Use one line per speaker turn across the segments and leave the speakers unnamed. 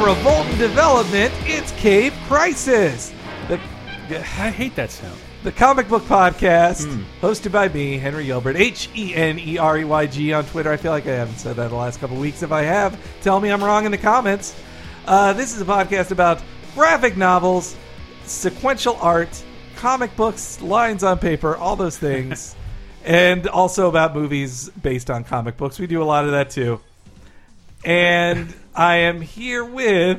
Revolt and Development, it's Cave Crisis, the,
I hate that sound.
the comic book podcast
Hmm.
hosted by me, Henry Gilbert, H E N E R E Y G on Twitter. I feel like I haven't said that the last couple weeks. If I have, tell me I'm wrong in the comments. Uh, this is a podcast about graphic novels, sequential art, comic books, lines on paper, all those things, and also about movies based on comic books. We do a lot of that too. And I am here with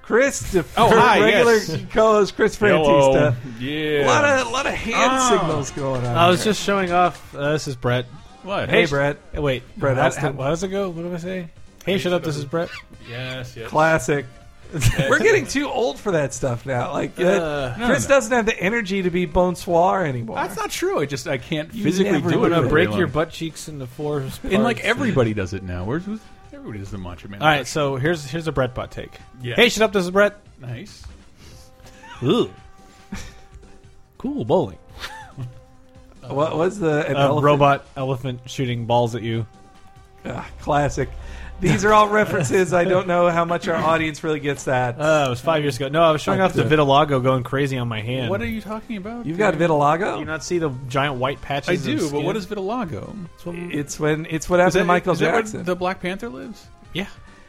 Christopher,
Oh, hi,
regular
yes.
co-host Chris Frantista.
Hello.
A
Yeah.
lot of a lot of hand signals going on.
I was
here.
just showing off. Uh, this is Brett.
what?
hey, Brett,
Hey, Wait,
Brett
how,
Austin.
how, how does it go? What did I say? Hey, shut up. This is Brett.
Yes, yes.
classic. We're getting too old for that stuff now. Like uh,
Uh,
no,
Chris
no.
doesn't have the energy to be bonsoir anymore.
That's not true. I just I can't physically
never
do
do
it.
it.
for
Gonna
very
break
long.
your butt cheeks into four.
And like
parts.
everybody does it now. Where's, who's everybody does the Macho Man?
All right, so here's here's a Brett butt take.
Yeah.
Hey, shut up. This is Brett.
nice.
Ooh. cool bowling.
what was the an
A
elephant?
robot elephant shooting balls at you.
Ah, classic. These are all references. I don't know how much our audience really gets that.
Uh, it was five years ago. No, I was showing off the vitiligo going crazy on my hand.
What are you talking about?
You've got vitiligo.
Do you not see the giant white patches?
I
of
do, but
skin?
what is vitiligo?
It's what-
it's when it's what happened
Is that-
to Michael
is that where
Jackson.
the Black Panther lives?
yeah,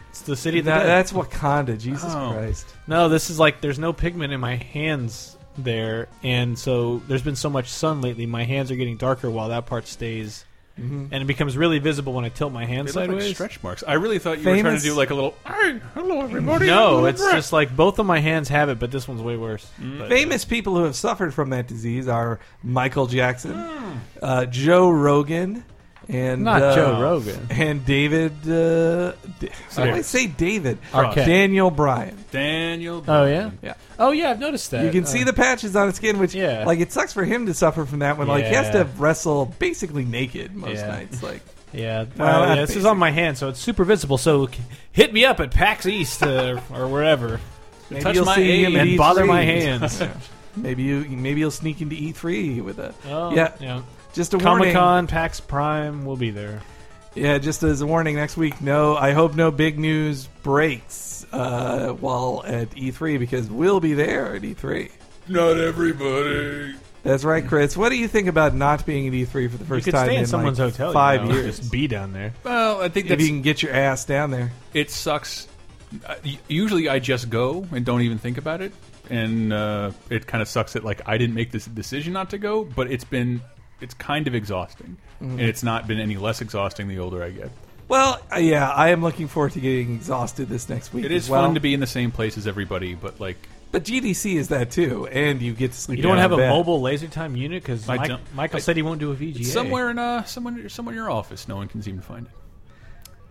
it's the city. Of the
That-
dead.
that's Wakanda. Jesus
Oh.
Christ.
No, this is like there's no pigment in my hands there, and so there's been so much sun lately. My hands are getting darker while that part stays, and it becomes really visible when I tilt my hand
They look like
sideways.
stretch marks. I really thought you were trying
Famous-
to do like a little. Hey, hello everybody.
no,
I'm
it's
Brett."
just like both of my hands have it, but this one's way worse. But-
Famous people who have suffered from that disease are Michael Jackson, uh, Joe Rogan, and
not
uh,
Joe Rogan.
and David. Uh, D- I always say David.
Arquette.
Daniel Bryan.
Daniel.
Oh yeah,
Yeah.
Oh yeah, I've noticed that.
You can
Uh,
see the patches on his skin, which
Yeah.
like it sucks for him to suffer from that. When like he has
Yeah.
to wrestle basically naked most
Yeah.
nights. Like
Yeah,
Well,
uh, yeah,
that's
this is on my hand, so it's super visible. So c- hit me up at PAX East uh, or wherever.
maybe
Touch
you'll
my
see him at
and
E3.
bother my hands.
Yeah. Maybe you maybe you'll sneak into E3 with a
Oh,
yeah.
yeah.
Just a
Comic
warning.
Con, PAX Prime, we'll be there.
Yeah, just as a warning, next week, no, I hope no big news breaks uh, while at E3 because we'll be there at E E3.
Not everybody.
That's right, Chris. What do you think about not being at E3 for the first
you could
time
stay in,
in
someone's
like,
hotel you
Five
know, and
years.
Just be down there.
Well, I think
if
that's
you can get your ass down there.
it sucks. I- u- Usually, I just go and don't even think about it, and uh, it kind of sucks that like I didn't make this decision not to go. But it's been it's kind of exhausting, and it's not been any less exhausting the older I get.
Well, uh, yeah, I am looking forward to getting exhausted this next week.
It
as
is
well.
fun to be in the same place as everybody, but like
but GDC is that too, and you get to sleep.
You don't
in
have a
bed.
mobile laser time unit because
I
Mike,
don't-
Michael
I-
said he won't do a VGA
somewhere in uh someone someone in your office, no one can seem to find it.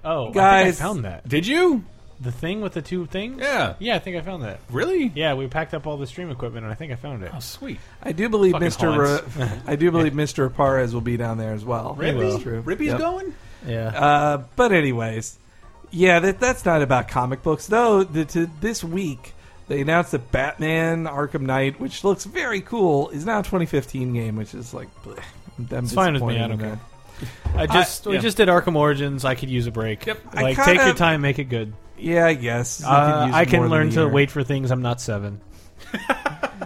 Oh, I, think
Guys.
I found that
Did you
the thing with the two things.
Yeah.
yeah, I think I found that.
really?
Yeah, we packed up all the stream equipment, and I think I found it.
Oh, sweet.
I do believe
Fucking
Mr. Ra- I do believe Mr. Aparez will be down there as well.
Really?
That's true.
Rippy's
Yep.
going.
Yeah,
Uh, but anyways, yeah, that that's not about comic books though. The, to this week, they announced that Batman Arkham Knight, which looks very cool, is now a 2015 game, which is like, bleh, I'm
It's fine with me, I
disappointed in
don't
that.
I just we
yeah.
just did Arkham Origins. I could use a break.
Yep.
I
Like,
kinda-
take your time, make it good.
Yeah, I guess You
Uh,
use
I
it more
can
than
learn
a
to
year.
wait for things. I'm not seven.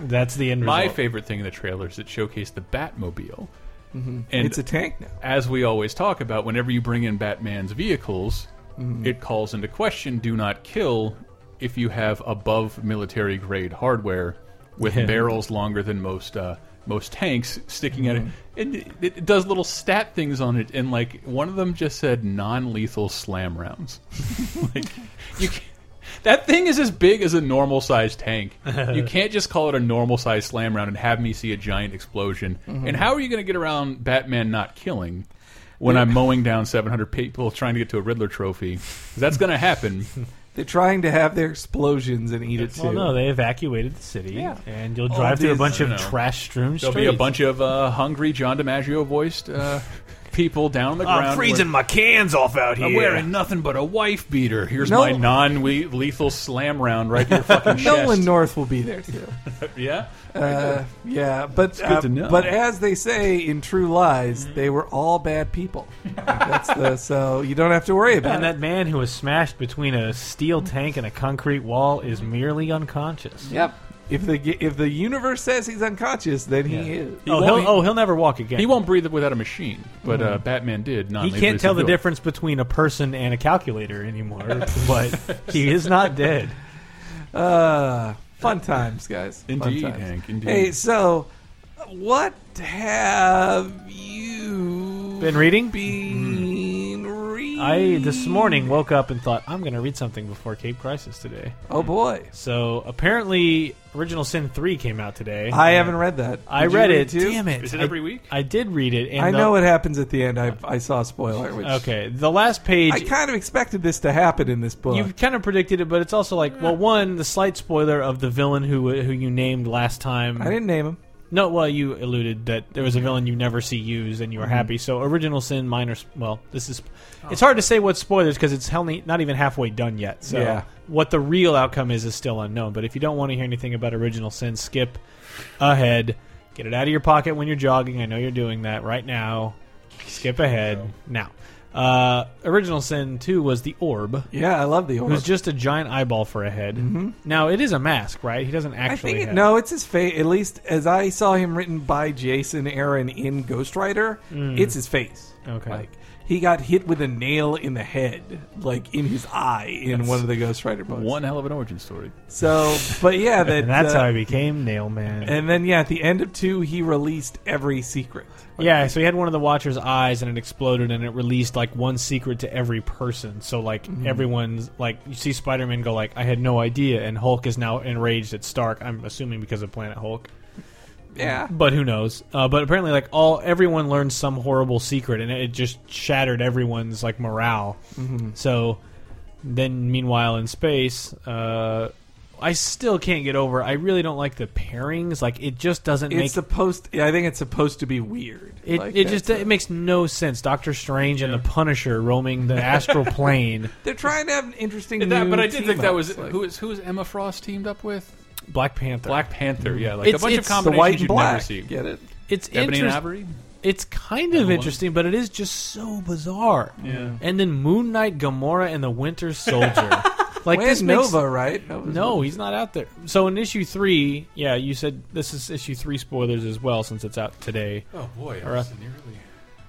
That's the end
My
result.
favorite thing in the trailers that showcased the Batmobile, and
Mm-hmm. It's a tank now.
as we always talk about, whenever you bring in Batman's vehicles, it calls into question do not kill if you have above military grade hardware with
Yeah.
barrels longer than most uh, most tanks sticking at it. And it, it does little stat things on it, and like one of them just said non lethal slam rounds. like you. Can't, that thing is as big as a normal sized tank. you can't just call it a normal sized slam round and have me see a giant explosion.
Mm-hmm.
And how are you going to get around Batman not killing when I'm mowing down 700 people trying to get to a Riddler trophy? 'Cause That's going to happen.
They're trying to have their explosions and eat it too.
Well, no, they evacuated the city, and you'll
All
drive through a
these-
bunch
I
of
don't know.
trash strewn
There'll
streets.
be a bunch of uh, hungry John DiMaggio voiced uh, people down on the ground.
I'm
were-
freezing my cans off out
Oh,
here.
I'm wearing nothing but a wife beater. Here's
No.
my non-lethal slam round right to your fucking chest.
Nolan North will be there too.
yeah,
Uh, yeah, but
good
uh,
to know.
but as they say in True Lies,
Mm-hmm.
they were all bad people. That's the so you don't have to worry about
And
it.
that man who was smashed between a steel tank and a concrete wall is merely unconscious.
Yep. If the ge- if the universe says he's unconscious, then he
Yeah.
is.
oh,
won't
he'll,
be-
oh, he'll never walk again.
he won't breathe without a machine, but uh, Batman did.
Mm-hmm. He
non-lethally
can't tell the
subdue it.
difference between a person and a calculator anymore, but he is not dead.
Uh, fun times, guys. Fun
Indeed,
times.
Hank. Indeed.
Hey, so what have you
Been reading? Mm.
Been reading?
I this morning woke up and thought I'm going to read something before Cape Crisis today.
Oh boy,
So apparently, Original Sin three came out today.
I haven't read that.
I
Did you
read it.
Too?
it!
Is it
I-
every week?
I did read it. And
I
the-
know what happens at the end. I I saw a spoiler. Which
Okay, the last page.
I kind of expected this to happen in this book.
you kind of predicted it, but it's also like, well, one, the slight spoiler of the villain who who you named last time.
I didn't name him.
No, well, you alluded that there was a villain you never see used, and you
Mm-hmm.
were happy. So, original sin, minor. sp- Well, this is.
Oh.
It's hard to say what spoilers because it's hell not even halfway done yet. So,
Yeah.
what the real outcome is is still unknown. But if you don't want to hear anything about original sin, skip ahead. Get it out of your pocket when you're jogging. I know you're doing that right now. Skip ahead now. Uh, original sin two was the orb.
Yeah, I love the
It
orb. Mm-hmm.
was just a giant eyeball for a head. Now it is a mask, right? He doesn't
I
actually.
think it,
have-
no, it's his face. At least as I saw him written by Jason Aaron in Ghost Rider, it's his face.
Mm. Okay.
Like he got hit with a nail in the head, like in his eye, in one of the Ghost Rider books.
One hell of an origin story.
So, but yeah, that,
And that's
uh,
how I became Nailman.
And then yeah, at the end of two, he released every secret.
Yeah, so he had one of the Watcher's eyes, and it exploded, and it released like one secret to every person. So like everyone's like, you see Spider-Man go like, "I had no idea," and Hulk is now enraged at Stark. I'm assuming because of Planet Hulk,
Yeah,
but who knows? Uh, but apparently, like all everyone learned some horrible secret, and it just shattered everyone's like morale. So then, meanwhile, in space. Uh, I still can't get over. I really don't like the pairings. Like it just doesn't
it's
make
supposed. I think it's supposed to be weird.
it,
Like,
it just
that's
it
a-
makes no sense. Doctor Strange and the Punisher roaming the astral plane.
they're trying to have an interesting.
That,
new
but I did think that was
team-ups, like-
who is who is Emma Frost teamed up with?
Black Panther.
Black Panther. Yeah, like
It's-
a bunch of
it's the
the
combinations
white and
you'd
black.
never see.
Get it?
It's
Ebony and
interesting.
Ivory.
It's kind of
Everyone.
interesting, but it is just so bizarre.
Yeah.
And then Moon Knight, Gamora, and the Winter Soldier. like
When
this makes
Nova, right? Nova's
no, he's not out there. So in issue three, yeah, you said this is issue three spoilers as well since it's out today.
Oh boy,
Or, uh, was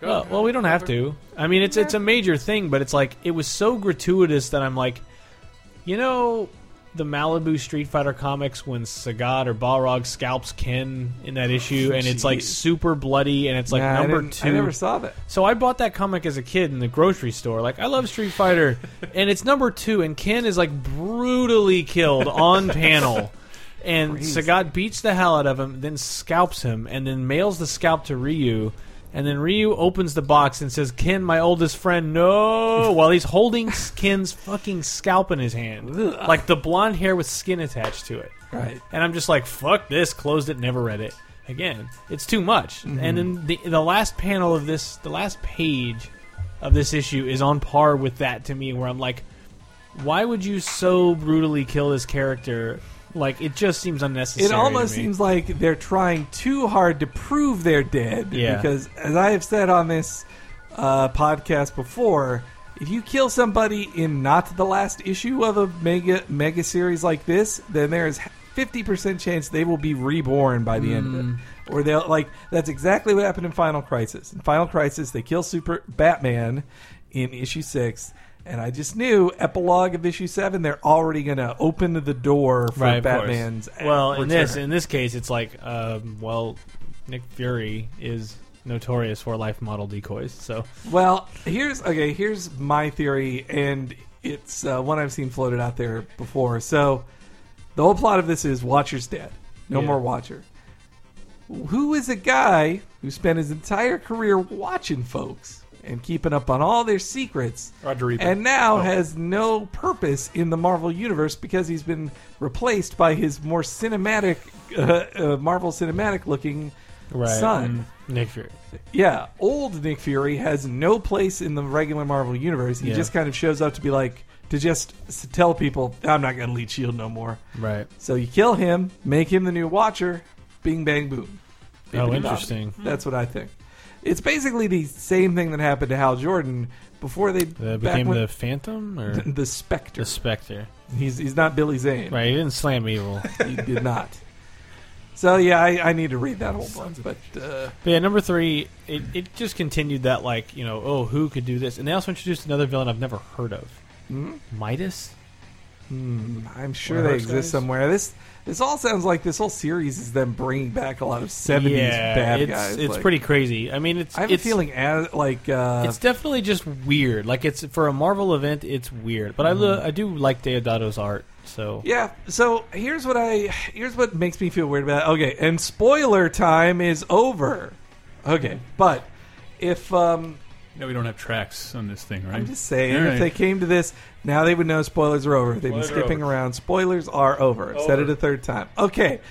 Go,
Well, well, we don't have to. I mean, it's it's a major thing, but it's like it was so gratuitous that I'm like, you know, the Malibu Street Fighter comics when Sagat or Balrog scalps Ken in that issue, and it's like
Jeez.
super bloody, and it's like
Nah, I
number
didn't-
two.
I never saw that.
So I bought that comic as a kid in the grocery store. Like I love Street Fighter, and it's number two, and Ken is like brutally killed on panel. And
Crazy.
Sagat beats the hell out of him, then scalps him, and then mails the scalp to Ryu. And then Ryu opens the box and says, "Ken, my oldest friend, no!" While he's holding Ken's fucking scalp in his hand,
Ugh.
like the blonde hair with skin attached to it.
Right.
And I'm just like, fuck this, closed it, never read it. Again, it's too much.
Mm-hmm.
And then the, the last panel of this, the last page of this issue is on par with that to me, where I'm like, why would you so brutally kill this character? Like, it just seems unnecessary.
It almost
to me.
seems like they're trying too hard to prove they're dead.
Yeah.
Because, as I have said on this uh, podcast before, if you kill somebody in not the last issue of a mega mega series like this, then there is fifty percent chance they will be reborn by the end
Mm.
of it. Or they'll like that's exactly what happened in Final Crisis. In Final Crisis, they kill Super Batman in issue six. And I just knew epilogue of issue seven, they're already going to open the door for
Right, of course.
Batman's.
Well, in
return.
this in this case, it's like, um, well, Nick Fury is notorious for life model decoys, so
Well, here's okay. Here's my theory, and it's uh, one I've seen floated out there before. So, the whole plot of this is Watcher's dead. No
Yeah.
more Watcher. Who is a guy who spent his entire career watching folks and keeping up on all their secrets,
Roger Ebert.
and
Oh.
now has no purpose in the Marvel universe because he's been replaced by his more cinematic, uh, uh, Marvel cinematic looking
Right. Mm-hmm.
son.
Nick Fury.
Yeah, old Nick Fury has no place in the regular Marvel universe. He
Yeah.
just kind of shows up to be like to just s- tell people, "I'm not going to lead Shield no more."
Right.
So you kill him, make him the new Watcher. Bing bang boom.
Oh,
Bippity-boppity.
interesting.
That's what I think. It's basically the same thing that happened to Hal Jordan before they
That
back
became
when-
the Phantom or
the Spectre.
the Spectre.
He's he's not Billy Zane.
Right. He didn't slam evil.
He did not. So yeah, I, I need to read that whole book, but uh,
But yeah, number three, it, it just continued that like you know oh who could do this, and they also introduced another villain I've never heard of,
hmm?
Midas.
Hmm, I'm
Mm. One
sure
of
they
those
exist
guys?
somewhere. This this all sounds like this whole series is them bringing back a lot of 70s bad
it's,
guys.
It's
like-
pretty crazy. I mean, it's
I have a
it's,
feeling as like uh,
it's definitely just weird. Like it's for a Marvel event, it's weird. But I lo- I do like Deodato's art. So
Hmm. Yeah. So here's what I here's what makes me feel weird about it. Okay, and spoiler time is over. Okay, but if um,
No, we don't have tracks on this thing, right?
I'm just saying,
All
if
right.
they came to this, now they would know spoilers are over. They've
Spoilers
been
are
skipping
over.
around. Spoilers are over. I've Said it
Over.
a third time. Okay.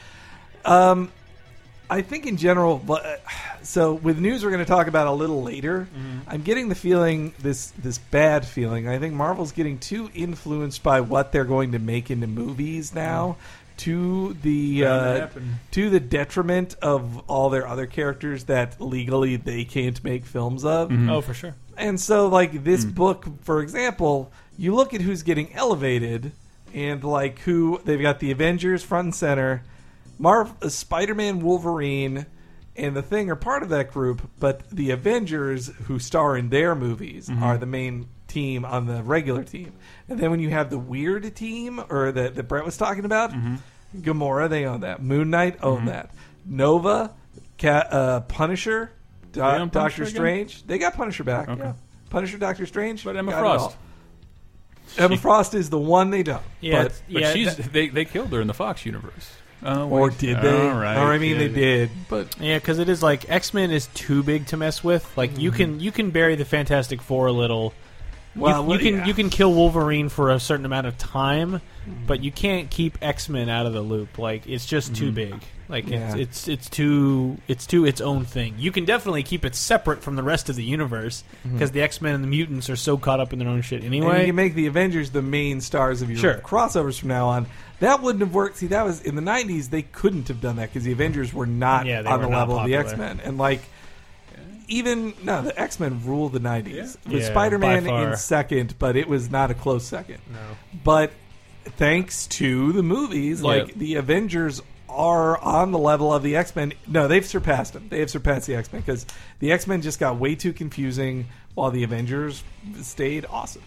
Um, I think in general, but uh, so with news we're going to talk about a little later.
Mm-hmm.
I'm getting the feeling this this bad feeling. I think Marvel's getting too influenced by what they're going to make into movies now. To the
Mm-hmm. Bound to
uh,
happen.
to the detriment of all their other characters that legally they can't make films of.
Mhm.
oh for sure.
And so, like
Hmm.
this book, for example, you look at who's getting elevated, and like who they've got the Avengers front and center, Marv, uh, Spider-Man, Wolverine, and the Thing are part of that group. But the Avengers, who star in their movies,
Mm-hmm.
are the main team on the regular team. And then when you have the weird team, or that that Brett was talking about,
Mm-hmm.
Gamora, they own that. Moon Knight own that. Nova, Ca uh, Punisher.
They
Do-
own Punisher
Doctor
again?
Strange. They got Punisher back.
Okay.
Yeah. Punisher, Doctor Strange.
But Emma
got it
Frost.
all. Emma
She-
Frost is the one they don't.
Yeah,
But,
it's-
But
yeah.
she's
that-
they, they killed her in the Fox universe. Oh,
or
wait.
did they?
All right.
Or I mean,
yeah.
they did. But
yeah, because it is like X Men is too big to mess with. Like you
Hmm.
can you can bury the Fantastic Four a little. You-
Well,
you,
what-
can
yeah.
you can kill Wolverine for a certain amount of time, but you can't keep X Men out of the loop. Like it's just
Mm-hmm.
too big. Like
Yeah.
it's, it's it's too it's too its own thing. You can definitely keep it separate from the rest of the universe because the X Men and the mutants are so caught up in their own shit
Mm-hmm. and you
anyway.
can make the Avengers the main stars of your
Sure.
crossovers from now on. That wouldn't have worked. See, that was in the '90s. They couldn't have done that because the Avengers were not
Yeah, they
on
were
the
not
level
popular.
of the X Men. And like, even no, the X Men ruled the '90s
Yeah.
with
Yeah,
Spider-Man
by far.
in second, but it was not a close second.
no.
but thanks to the movies,
Yeah.
like the Avengers are on the level of the X Men. No, they've surpassed them. They have surpassed the X Men because the X Men just got way too confusing, while the Avengers stayed awesome.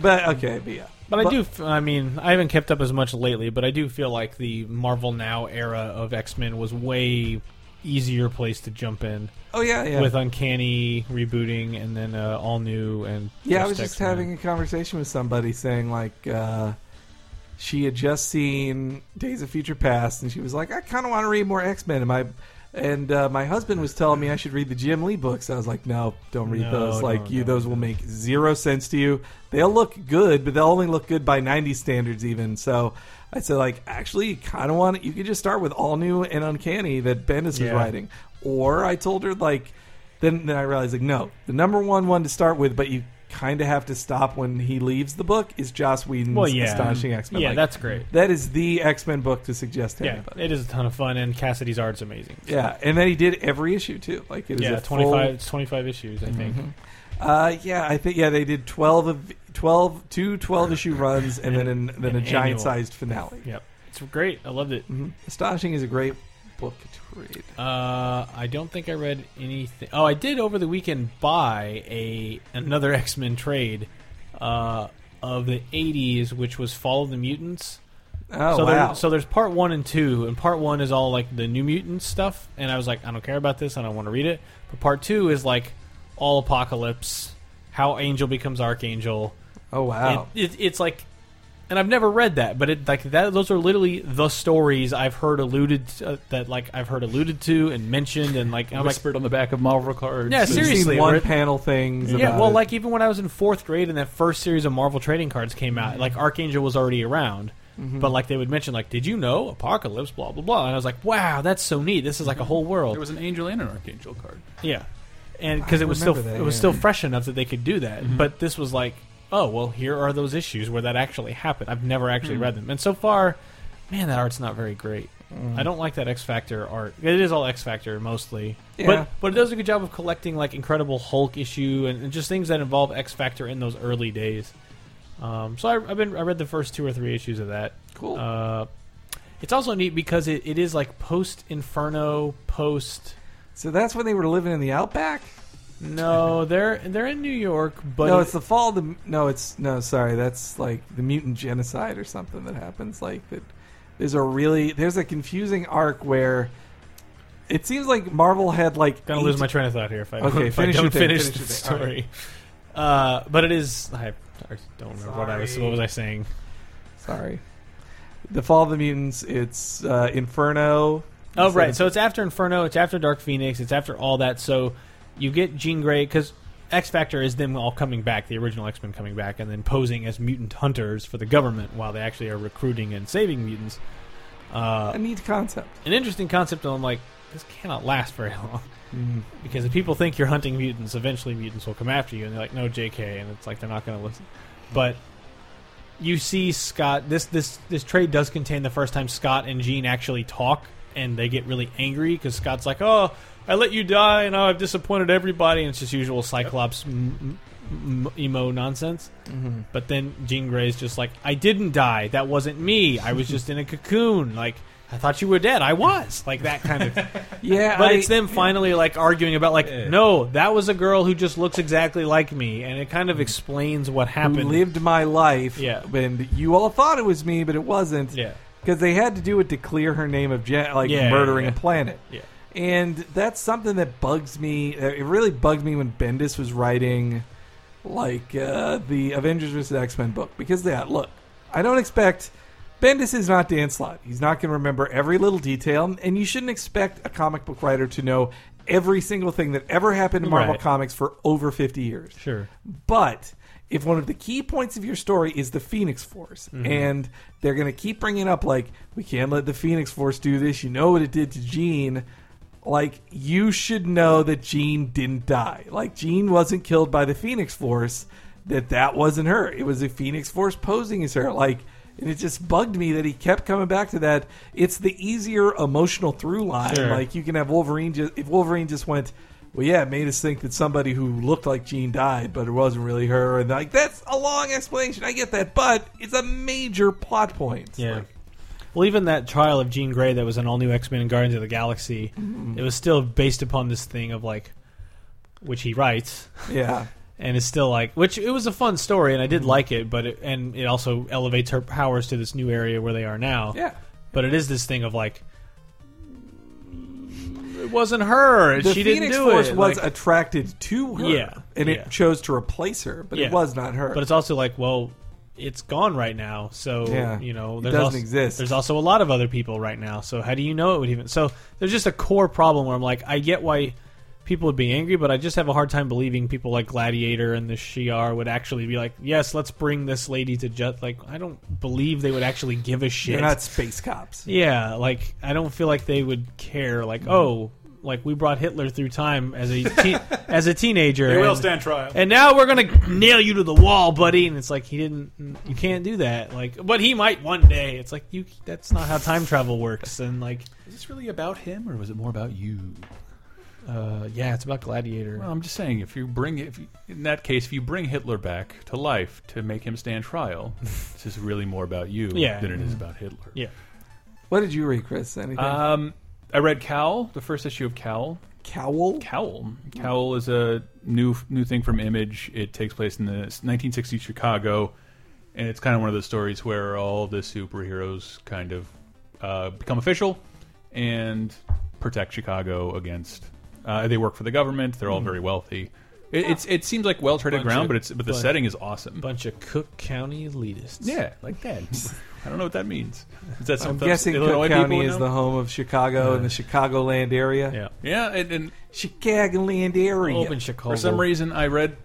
But okay, but yeah,
But, I do. f- I mean, I haven't kept up as much lately, but I do feel like the Marvel Now era of X Men was way easier place to jump in
Oh yeah, yeah.
with Uncanny rebooting and then uh, all new and
Yeah, I was just having a conversation with somebody saying like uh, she had just seen Days of Future Past, and she was like, "I kind of want to read more X Men." And my and uh, my husband was telling me I should read the Jim Lee books. I was like, "No, don't read
No,
those. Like
no,
you,
no,
those will make zero sense to you. They'll look good, but they'll only look good by '90s standards, even." So. I said, like, actually, you kind of want You could just start with all new and uncanny that Bendis was
Yeah.
writing, or I told her like, then then I realized like no, the number one one to start with, but you kind of have to stop when he leaves the book is Joss Whedon's
Well, yeah.
astonishing X Men.
Yeah, that's great.
that is the X Men book to suggest to
Yeah,
anybody.
it is a ton of fun, and Cassidy's art's amazing.
Yeah, and then he did every issue too. Like it is
yeah,
a full- Mm-hmm.
twenty five. It's twenty five issues, I think.
Uh, yeah, I think yeah they did twelve of 12, two 12 issue runs, and, then an, then a
An
giant sized finale.
Yep, it's great. I loved it.
Mhm. Astonishing is a great book to read.
Uh, I don't think I read anything. Oh, I did over the weekend buy a another X Men trade uh, of the '80s, which was Follow the Mutants.
Oh
so,
wow!
there, so there's part one and two, and part one is all like the New Mutants stuff, and I was like, I don't care about this, I don't want to read it. But part two is like all apocalypse, how Angel becomes Archangel.
oh wow!
It, it, it's like, and I've never read that, but it like that. Those are literally the stories I've heard alluded to, uh, that like I've heard alluded to and mentioned, and like I'm like,
whispered on the back of Marvel cards.
Yeah,
It's-
You've seen
seriously,
one
we're-
panel things.
yeah.
about
Well,
it.
like even when I was in fourth grade and that first series of Marvel trading cards came out, like Archangel was already around.
Mm-hmm. Hmm.
But like they would mention, like, did you know apocalypse? Blah blah blah. And I was like, wow, that's so neat. This is like a whole world.
There was an angel and an archangel card.
Yeah, and because
I
it was still
remember that,
it was
yeah. Mm-hmm.
still fresh enough that they could do that. But this was like, oh well, here are those issues where that actually happened. I've never actually
Mm.
read them, and so far, man, that art's not very great.
Mm-hmm. Mm.
I don't like that X Factor art. It is all X Factor mostly,
Yeah.
but but it does a good job of collecting like Incredible Hulk issue and, and just things that involve X Factor in those early days. Um, so I, I've been I read the first two or three issues of that.
Cool.
Uh, it's also neat because it, it is like post Inferno, post
so that's when they were living in the outback.
no, they're they're in New York, but
no, it's the fall. Of the no, it's no. Sorry, that's like the mutant genocide or something that happens. Like that. There's a really there's a confusing arc where it seems like Marvel had like
gonna
eight-
lose my train of thought here if I,
Okay,
if
finish
I
your
don't
thing,
finish,
finish
the
your thing. All
story. Uh, but it is I, I don't remember what I was
Sorry.
what was I saying?
Sorry. The Fall of the Mutants. It's uh, Inferno.
Oh
It's
right,
like-
so it's after Inferno, it's after Dark Phoenix, it's after all that. So you get Jean Grey because X Factor is them all coming back, the original X Men coming back, and then posing as mutant hunters for the government while they actually are recruiting and saving mutants. Uh,
a neat concept.
an interesting concept, and I'm like, this cannot last very long. Because if people think you're hunting mutants, eventually mutants will come after you, and they're like, "No, J.K." And it's like they're not going to listen. But you see Scott. This this this trade does contain the first time Scott and Jean actually talk, and they get really angry because Scott's like, "Oh, I let you die, and I've disappointed everybody." And it's just usual Cyclops m- m- m- emo nonsense.
Mm-hmm.
But then Jean Grey's just like, I didn't die. That wasn't me. I was just in a cocoon. Like, I thought you were dead. I was. Like, that kind of.
Yeah,
But
I-
it's them finally, like, arguing about, like,
Yeah.
no, that was a girl who just looks exactly like me. And it kind of explains what
who
happened.
lived my life.
Yeah.
and you all thought it was me, but it wasn't.
Yeah.
because they had to do it to clear her name of gen- like
Yeah,
murdering
yeah, yeah.
a planet.
Yeah.
And that's something that bugs me. uh, It really bugged me when Bendis was writing, like uh, the Avengers vs X Men book, because that look, I don't expect. Bendis is not Dan Slott. He's not going to remember every little detail, and you shouldn't expect a comic book writer to know every single thing that ever happened in Marvel
Right.
Comics for over fifty years.
Sure.
But if one of the key points of your story is the Phoenix Force, and they're going to keep bringing up, like, we can't let the Phoenix Force do this, you know what it did to Jean. Like, you should know that Jean didn't die. Like, Jean wasn't killed by the Phoenix Force, that that wasn't her. It was the Phoenix Force posing as her. Like, and it just bugged me that he kept coming back to that. It's the easier emotional through line.
Sure.
Like, you can have Wolverine just if Wolverine just went, well, yeah, it made us think that somebody who looked like Jean died, but it wasn't really her, and like that's a long explanation. I get that, but it's a major plot point.
Yeah.
Like,
well, even that trial of Jean Grey that was an all new X Men and Guardians of the Galaxy,
Mm-hmm.
it was still based upon this thing of, like, which he writes.
yeah,
and it's still like which it was a fun story and I
Mm-hmm.
did like it, but it, and it also elevates her powers to this new area where they are now.
yeah.
But it is this thing of like it wasn't her.
The
she
Phoenix
didn't do
Force
it.
was
like-
attracted to her,
Yeah,
and
yeah.
it chose to replace her, but
Yeah.
it was not her.
but it's also like well, it's gone right now. So
Yeah.
you know,
It
there's
doesn't
also,
exist.
There's also a lot of other people right now. So how do you know it would even? So there's just a core problem where I'm like, I get why. People would be angry, but I just have a hard time believing people like Gladiator and the Shi'ar would actually be like, "Yes, let's bring this lady to just." Like, I don't believe they would actually give a shit.
They're not space cops.
Yeah, like I don't feel like they would care. Like,
Mm.
oh, like we brought Hitler through time as a teen as a teenager. and,
trial.
And now we're gonna nail you to the wall, buddy. And it's like he didn't. You can't do that. Like, but he might one day. It's like you. That's not how time travel works. And like,
Is this really about him, or was it more about you?
uh, yeah, it's about Gladiator.
Well, I'm just saying, if you bring, if you, in that case, if you bring Hitler back to life to make him stand trial, this is really more about you
Yeah.
than it is about Hitler.
yeah,
What did you read, Chris? Anything?
Uh,
Um, I read Cowl, the first issue of Cowl.
Cowl.
Cowl. Cowl is a new new thing from Image. It takes place in the 1960s Chicago, and it's kind of one of those stories where all the superheroes kind of uh, become official and protect Chicago against. Uh, they work for the government.
Hmm.
They're all very wealthy. It, it's it seems like well treaded
Bunch
ground,
of-
but it's but the
bunch-
setting is awesome.
bunch of Cook County elitists.
yeah, like that. I don't know what that means. Is that
I'm
something
guessing
Illinois
Cook County
people
is
know?
the home of Chicago and the Chicagoland area.
yeah.
yeah, and, and
Chicagoland area.
Open Chicago.
For some reason, I read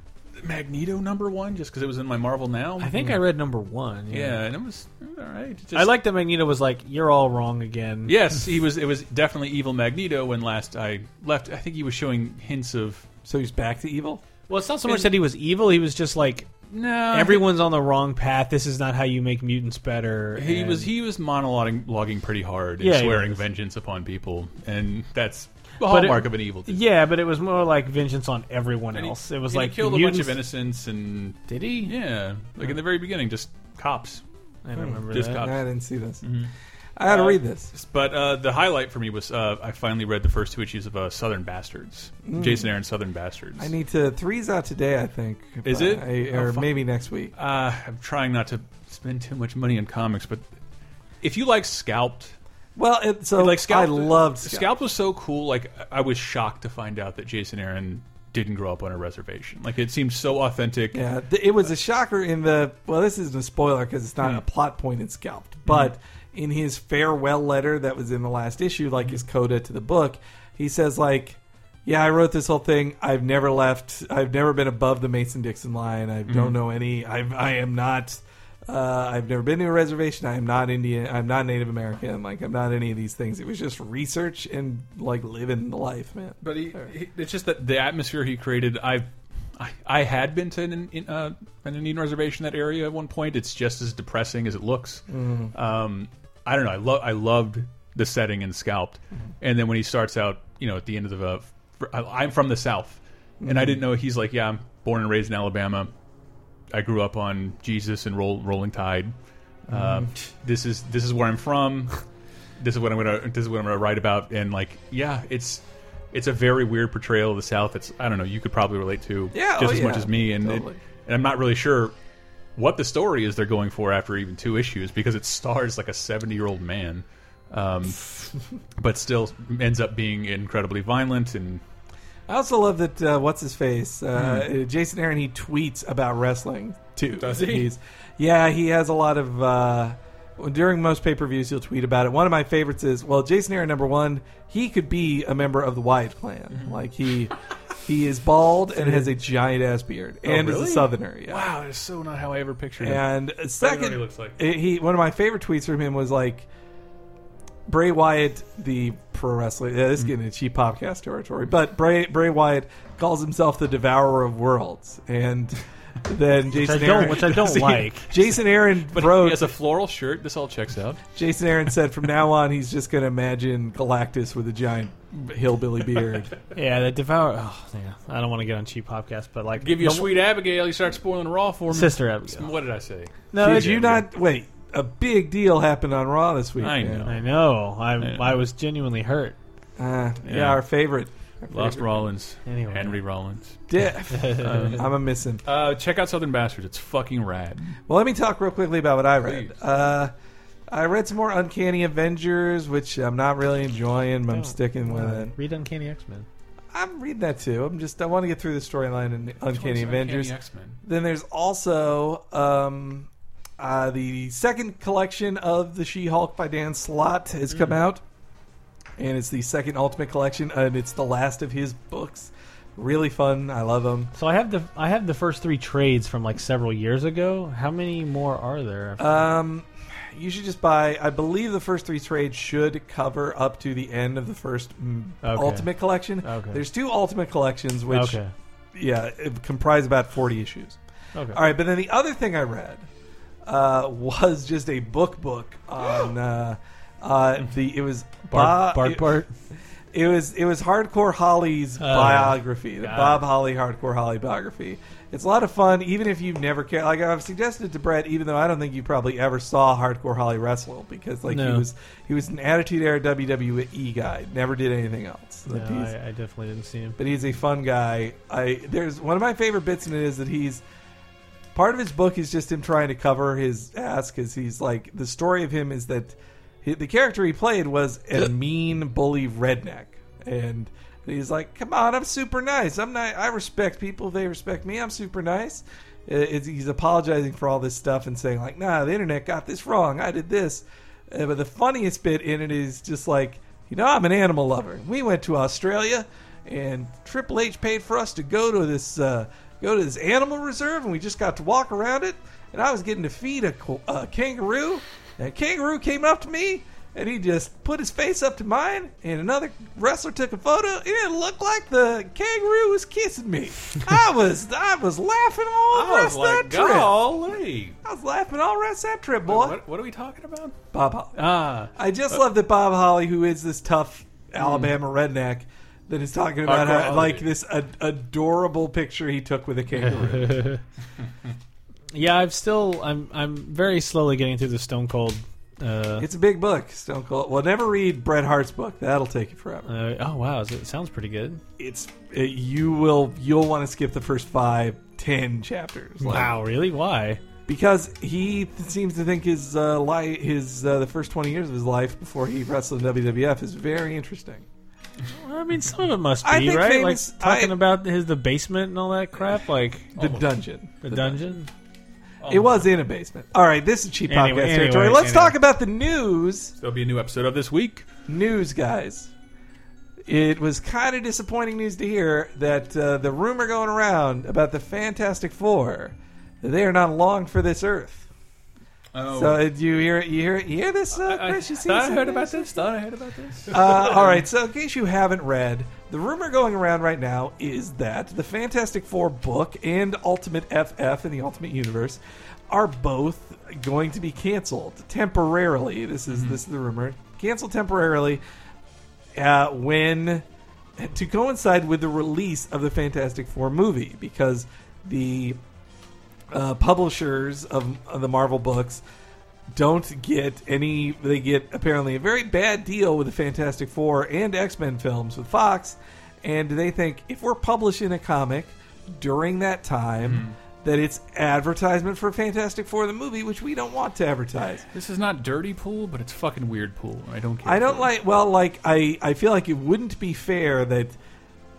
Magneto number one just because it was in my Marvel Now.
I think I read number one.
yeah, and it was all right. Just,
I like that Magneto was like, "You're all wrong again."
Yes, he was. It was definitely evil Magneto when last I left. I think he was showing hints of
So he's back to evil.
Well, it's not so much that he was evil; he was just like,
no.
"Everyone's on the wrong path. This is not how you make mutants better."
He
and-
was he was monologuing logging pretty hard and
Yeah, he
swearing
was.
vengeance upon people, and that's the
But it-
hallmark of an evil. dude.
Yeah, but it was more like vengeance on everyone
And he-
else. it was
and
like
he killed a
mutants,
bunch of innocents and
Did he?
yeah, like in the very beginning, just cops.
I don't remember
Just
that.
got-
I didn't see this. I got to read this.
But uh, the highlight for me was uh, I finally read the first two issues of uh, Southern Bastards, Jason Aaron's Southern Bastards.
Mm. I need to. Three's out today, I think.
Is
Uh,
it?
I-
Oh,
or
fuck.
maybe next week.
uh, I'm trying not to spend too much money on comics, but if you like Scalped,
Well, it, so
like Scalped,
Oh, I loved
Scalped.
Scalped.
was so cool. Like I was shocked to find out that Jason Aaron didn't grow up on a reservation. Like it seems so authentic.
Yeah, th- it was a shocker in the. Well, this isn't a spoiler because it's not a plot point in Scalped, but in his farewell letter that was in the last issue, like his coda to the book, he says like, "Yeah, I wrote this whole thing. I've never left. I've never been above the Mason Dixon line. I don't know any. I've, I am not." Uh, I've never been to a reservation. I am not Indian. I'm not Native American. Like I'm not any of these things. It was just research and like living the life, man.
But he, he- it's just that the atmosphere he created. I've, I, I had been to an, in, uh, an Indian reservation in that area at one point. It's just as depressing as it looks. Um, I don't know. I love. I loved the setting in Scalped, and then when he starts out, you know, at the end of the, uh, fr- I- I'm from the South, and I didn't know he's like, yeah, I'm born and raised in Alabama. I grew up on Jesus and roll, Rolling Tide. Uh, This is this is where I'm from. this is what I'm gonna this is what I'm gonna write about. And like, yeah, it's it's a very weird portrayal of the South. It's I don't know. You could probably relate to
Yeah,
just
oh,
as much
yeah,
as me. And it-
totally.
and I'm not really sure what the story is they're going for after even two issues because it stars like a 70 year old man, um, but still ends up being incredibly violent and
I also love that uh, what's his face, uh, Jason Aaron. He tweets about wrestling too.
Hmm. Does he?
He's- yeah, he has a lot of. Uh, during most pay per views, he'll tweet about it. One of my favorites is well, Jason Aaron number one. He could be a member of the Wyatt clan.
Mm-hmm.
Like he, he is bald and has a giant ass beard, and
Oh, really?
is a Southerner. Yeah.
wow, that's so not how I ever pictured him.
And uh, second,
he looks like.
it- he one of my favorite tweets from him was like Bray Wyatt, the pro wrestler. Yeah, this is getting into cheap podcast territory, but Bray Bray Wyatt calls himself the Devourer of Worlds, and then Jason
I don't-
Aaron,
which I don't
See,
like.
Jason Aaron
But he
wrote.
has a floral shirt. This all checks out.
Jason Aaron said, "From now on, he's just going to imagine Galactus with a giant hillbilly beard."
Yeah, that devour. Oh, yeah. I don't want to get on cheap podcast, but like
Give you a
the-
sweet Abigail. You start spoiling Raw for me.
sister. Abigail.
What did I say?
No,
Did
it's-
you not wait? A big deal happened on Raw this week.
I
man.
know.
I know. I
Yeah.
I was genuinely hurt.
Uh, yeah.
Yeah.
our favorite. Our
Lost
favorite.
Rollins.
Anyway.
Henry Rollins.
Diff.
Um,
I'm a missing.
uh, check out Southern Bastards. It's fucking rad.
Well, let me talk real quickly about what I read. Uh, I read some more Uncanny Avengers, which I'm not really enjoying, but I'm
Don't.
sticking with
Uh,
it.
read Uncanny X Men.
I'm reading that too. I'm just I want to get through the storyline in Uncanny
Uncanny
Avengers.
X-Men.
Then there's also um, uh, the second collection of the She-Hulk by Dan Slott has come out, and it's the second Ultimate collection, and it's the last of his books. Really fun. I love them.
So I have the I have the first three trades from like several years ago. How many more are there?
Um, you should just buy. I believe the first three trades should cover up to the end of the first mm,
Okay.
Ultimate Collection.
Okay.
There's two Ultimate Collections, which
okay.
yeah it comprise about 40 issues.
Okay.
All right, but then the other thing I read uh, was just a book book on uh, uh, the it was Bob-
Bark, bark,
it-
bark.
it was it was Hardcore Holly's biography, the
Oh, got
Bob
it.
Holly Hardcore Holly biography. It's a lot of fun, even if you've never cared. Like I've suggested to Brett, even though I don't think you probably ever saw Hardcore Holly wrestle because like he
No.
was he was an Attitude Era WWE guy, never did anything else.
No,
Like, he's-
I, I definitely didn't see him.
but he's a fun guy. I there's one of my favorite bits in it is that he's part of his book is just him trying to cover his ass because he's like the story of him is that he, the character he played was a mean bully redneck and he's like come on i'm super nice i'm not i respect people they respect me i'm super nice Uh, it's, he's apologizing for all this stuff and saying like nah the internet got this wrong i did this Uh, but the funniest bit in it is just like you know i'm an animal lover we went to australia and triple h paid for us to go to this uh, go to this animal reserve, and we just got to walk around it. And I was getting to feed a, co- a kangaroo. And a kangaroo came up to me, and he just put his face up to mine. And another wrestler took a photo, and it looked like the kangaroo was kissing me. I was I was laughing all
I was
rest
like,
that trip.
Oh golly.
I was laughing all rest that trip, boy.
What, what are we talking about?
Bob Holly.
Ah.
I just love that Bob Holly, who is this tough Alabama redneck, that is talking about
Hardcore
how,
Holly.
like this ad- adorable picture he took with a kangaroo.
Yeah, I'm still I'm I'm very slowly getting through the Stone Cold. Uh,
it's a big book, Stone Cold. Well, never read Bret Hart's book; that'll take you forever.
uh, oh wow, is it it sounds pretty good.
It's it, you will you'll want to skip the first five, ten chapters. Like,
Wow, really? Why?
because he th- seems to think his uh, li- his uh, the first twenty years of his life before he wrestled in WWF is very interesting.
I mean, some of it must be
I think
right.
famous-
like talking
I-
about his the basement and all that crap, like oh,
The dungeon,
the dungeon.
Oh
It was in a basement. All right, this is cheap podcast
Anyway, anyway,
territory. Let's
anyway.
talk about the news.
There'll be a new episode of this week.
News, guys. It was kind of disappointing news to hear that uh, the rumor going around about the Fantastic Four, they are not long for this Earth.
Oh.
So uh, do you hear you hear you hear this? Uh,
I, I
Chris? You see
thought I
this?
heard about this. Thought I heard about this.
uh, all right, so in case you haven't read, the rumor going around right now is that the Fantastic Four book and Ultimate FF in the Ultimate Universe are both going to be canceled temporarily. This is this is the rumor. Canceled temporarily uh, when to coincide with the release of the Fantastic Four movie because the uh, publishers of, of the Marvel books don't get any. They get apparently a very bad deal with the Fantastic Four and X Men films with Fox, and they think if we're publishing a comic during that time.
Hmm.
That it's advertisement for Fantastic Four the movie, which we don't want to advertise.
This is not dirty pool, but it's fucking weird pool. I don't care.
I
for
don't
it.
like. Well, like I, I feel like it wouldn't be fair that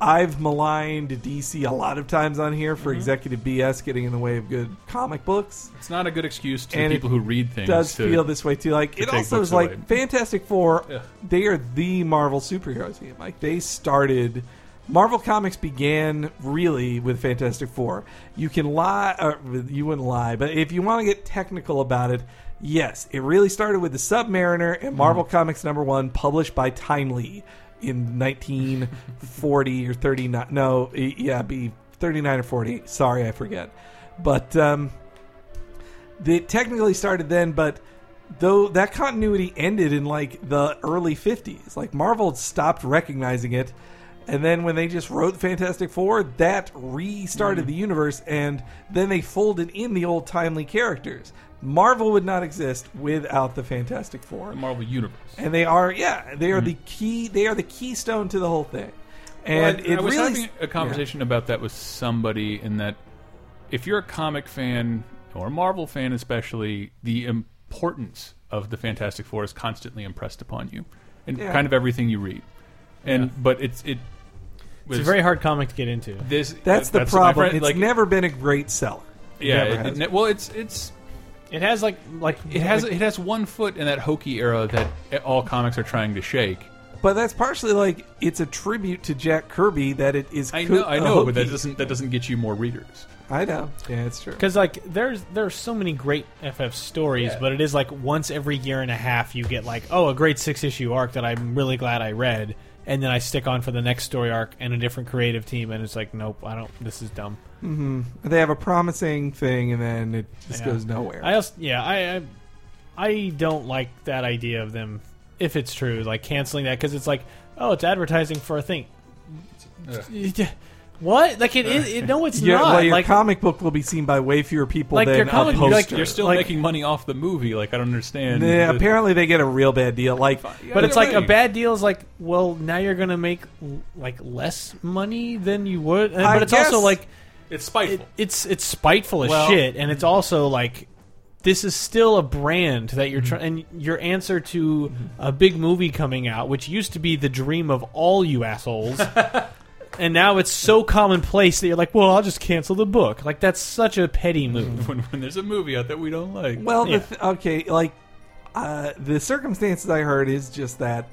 I've maligned DC a lot of times on here
Mm-hmm.
for executive BS getting in the way of good comic books.
It's not a good excuse to
And it
people who read things.
Does
to,
feel this way too? Like it
take
also
books
is like
away.
Fantastic Four.
Yeah.
They are the Marvel superheroes team. Like they started. Marvel Comics began really with Fantastic Four. You can lie, or you wouldn't lie, but if you want to get technical about it, yes, it really started with the Submariner and Marvel Comics number one, published by Timely in 1940 or 39. No, e- yeah, it'd be 39 or 40. Sorry, I forget. But um, they technically started then, but though that continuity ended in like the early 50s, like Marvel stopped recognizing it. And then when they just wrote Fantastic Four, that
Mm-hmm.
restarted the universe, and then they folded in the old timely characters. Marvel would not exist without the Fantastic Four,
the Marvel universe.
and they are yeah, they are the key, they are the keystone to the whole thing. And
Mm-hmm. Well, I,
it
I was
really
having a conversation about that with somebody, in that if you're a comic fan or a Marvel fan, especially, the importance of the Fantastic Four is constantly impressed upon you, and
Yeah.
kind of everything you read. And but it's it was
It's a very hard comic to get into.
this.
that's the
my
problem.
friend,
it's
like,
never been a great seller.
yeah.
never
it-
has
it- well, it's it's
It has like like
it has
like-
it has one foot in that hokey era that all comics are trying to shake.
But that's partially like it's a tribute to Jack Kirby that it is.
I
co-
know, I
a
know, but that
hokey.
doesn't that doesn't get you more readers.
I know. Yeah, it's true.
Because like there's there are so many great FF stories,
Yeah.
but it is like once every year and a half you get like oh a great six issue arc that I'm really glad I read, and then I stick on for the next story arc and a different creative team, and it's like nope I don't this is dumb.
They have a promising thing, and then it just
Yeah.
goes nowhere.
I also yeah I, I I don't like that idea of them if it's true like canceling that because it's like oh it's advertising for a thing. What like it is it, no it's
Your-
not
well, your
like
comic book will be seen by way fewer people
Like,
than
your comic-
a
you're
poster.
like-
You're still
Like-
making money off the movie. Like I don't understand.
yeah,
the-
apparently they get a real bad deal. Like,
Yeah,
But it's
they're
like
right.
a bad deal is like, well, now you're gonna make l- like less money than you would. And,
I
but it's also
guess-
like
It's spiteful.
it, it's it's spiteful as
Well-
shit, and
mm-hmm.
it's also like this is still a brand that you're trying.
Mm-hmm.
And your answer to a big movie coming out, which used to be the dream of all you assholes. And now it's so commonplace that you're like, well, I'll just cancel the book. Like that's such a petty
Mm-hmm.
move.
when, when there's a movie out that we don't like.
well,
Yeah.
the th- okay, like uh, the circumstances I heard is just that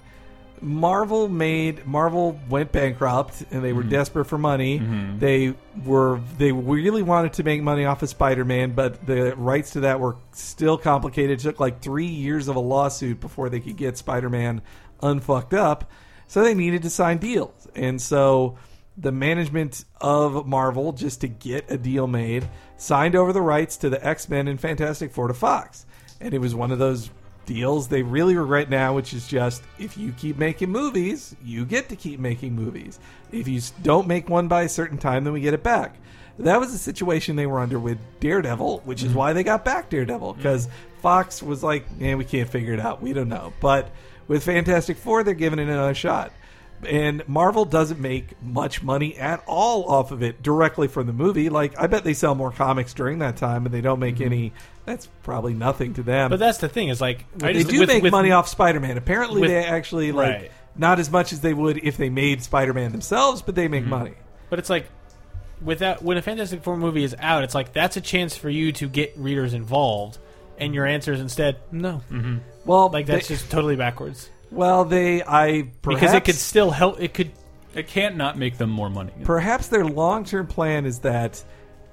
Marvel made Marvel went bankrupt and they were desperate for money. They were they really wanted to make money off of Spider-Man, but the rights to that were still complicated. It took like 3 years of a lawsuit before they could get Spider-Man unfucked up. So they needed to sign deals. And so the management of Marvel just to get a deal made signed over the rights to the X Men and Fantastic Four to Fox, and it was one of those deals they really regret now, which is just if you keep making movies, you get to keep making movies. If you s- don't make one by a certain time, then we get it back. That was the situation they were under with Daredevil, which is why they got back Daredevil because Fox was like, "Man, we can't figure it out. We don't know." But with Fantastic Four, they're giving it another shot and Marvel doesn't make much money at all off of it directly from the movie. Like, I bet they sell more comics during that time, and they don't make any. That's probably nothing to them.
Mm-hmm. But that's the thing is like
they do make money off Spider-Man. Apparently,
with-
they actually like
Right.
not as much as they would if they made Spider-Man themselves, but they make
Mm-hmm.
money.
But it's like with that when a Fantastic Four movie is out, it's like that's a chance for you to get readers involved, and your answer is instead no.
Well,
Like that's
Mm-hmm. they,
just totally backwards
well, they I perhaps,
because it could still help. It could
It can't not make them more money.
perhaps their long-term plan is that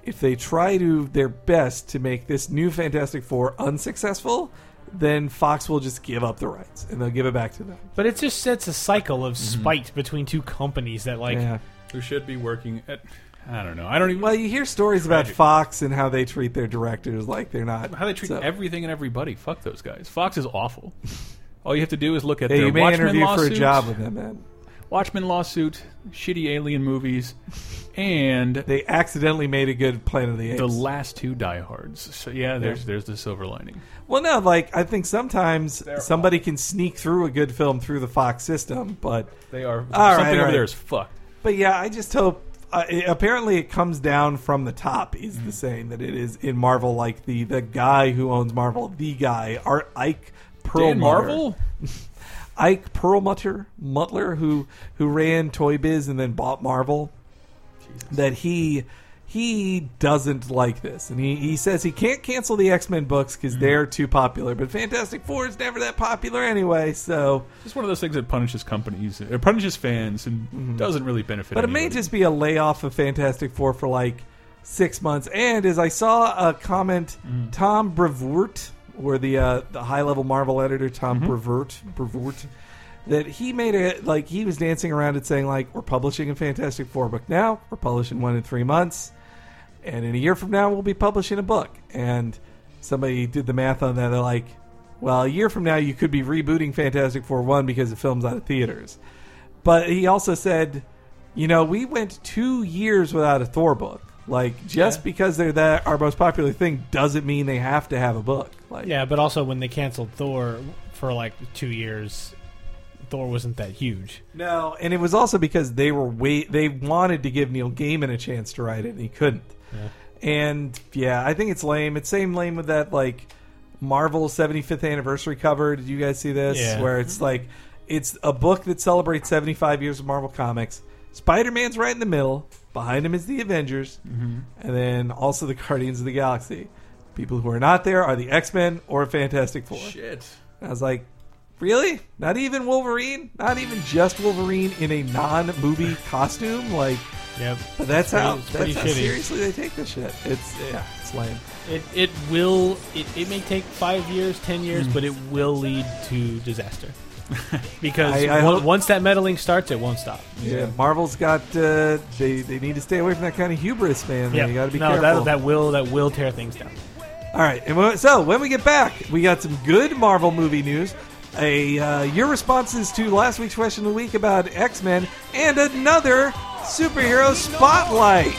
if they try to their best to make this new Fantastic Four unsuccessful, then Fox will just give up the rights and they'll give it back to them.
But it just sets a cycle of spite between two companies that like
yeah.
Who should be working at? I don't know. I don't even.
Well, you hear stories about
Tragic.
Fox and how they treat their directors like they're not
how they treat
so-
everything and everybody. Fuck those guys. Fox is awful. All you have to do is look at
Hey,
their
you may
Watchmen
interview for
lawsuit,
a job with them, man.
Watchmen lawsuit, shitty alien movies, and
They accidentally made a good Planet of the Apes.
the last two diehards. So yeah, there's there's the silver lining.
well, no, like I think sometimes somebody can sneak through a good film through the Fox system, but
They are something
right, all
over
right.
there is fucked.
But yeah, I just hope. Uh, it, apparently, it comes down from the top. Is
Mm-hmm.
the saying that it is in Marvel, like the the guy who owns Marvel, the guy Art Ike Perlmutter,
Dan Marvel.
Ike Perlmutter, Mutler, who who ran Toy Biz and then bought Marvel. That he he doesn't like this, and he, he says he can't cancel the X Men books because
Mm-hmm.
they're too popular. But Fantastic Four is never that popular anyway, so
It's one of those things that punishes companies, it punishes fans, and doesn't really benefit.
Mm-hmm. But it may
anybody.
just be a layoff of Fantastic Four for like six months. And as I saw a comment, Tom Brevoort, or the uh, the high level Marvel editor Tom Brevoort, Brevoort, that he made it like he was dancing around it, saying like we're publishing a Fantastic Four book now. We're publishing one in three months, and in a year from now we'll be publishing a book. And somebody did the math on that. They're like, well, a year from now you could be rebooting Fantastic Four one because the film's out of theaters. But he also said, you know, we went two years without a Thor book. Like, just because they're that our most popular thing doesn't mean they have to have a book. Like,
yeah. But also when they canceled Thor for like two years, Thor wasn't that huge.
no. And it was also because they were wait they wanted to give Neil Gaiman a chance to write it, and he couldn't. And yeah, I think it's lame. It's same lame with that like Marvel 75th anniversary cover. Did you guys see this?
Yeah.
Where it's like it's a book that celebrates 75 years of Marvel comics. Spider-Man's right in the middle. Behind him is the Avengers,
Mm-hmm.
and then also the Guardians of the Galaxy. People who are not there are the X-Men or Fantastic Four.
shit.
I was like, really? Not even Wolverine? Not even just Wolverine in a non-movie costume? Like,
Yep.
but that's
pretty-
how,
it's
that's
pretty
how
shitty.
seriously they take this shit. It's yeah, it's lame.
It it will it, it may take five years, ten years,
Hmm.
but it will lead to disaster because
I- I
on-
hope-
once that meddling starts, it won't stop.
Yeah, Marvel's got uh, they they need to stay away from that kind of hubris, man.
Yeah.
You got to be
no,
careful.
that that will that will tear things down.
All right, and when, so when we get back, we got some good Marvel movie news. A uh, your responses to last week's question of the week about X Men and another superhero spotlight.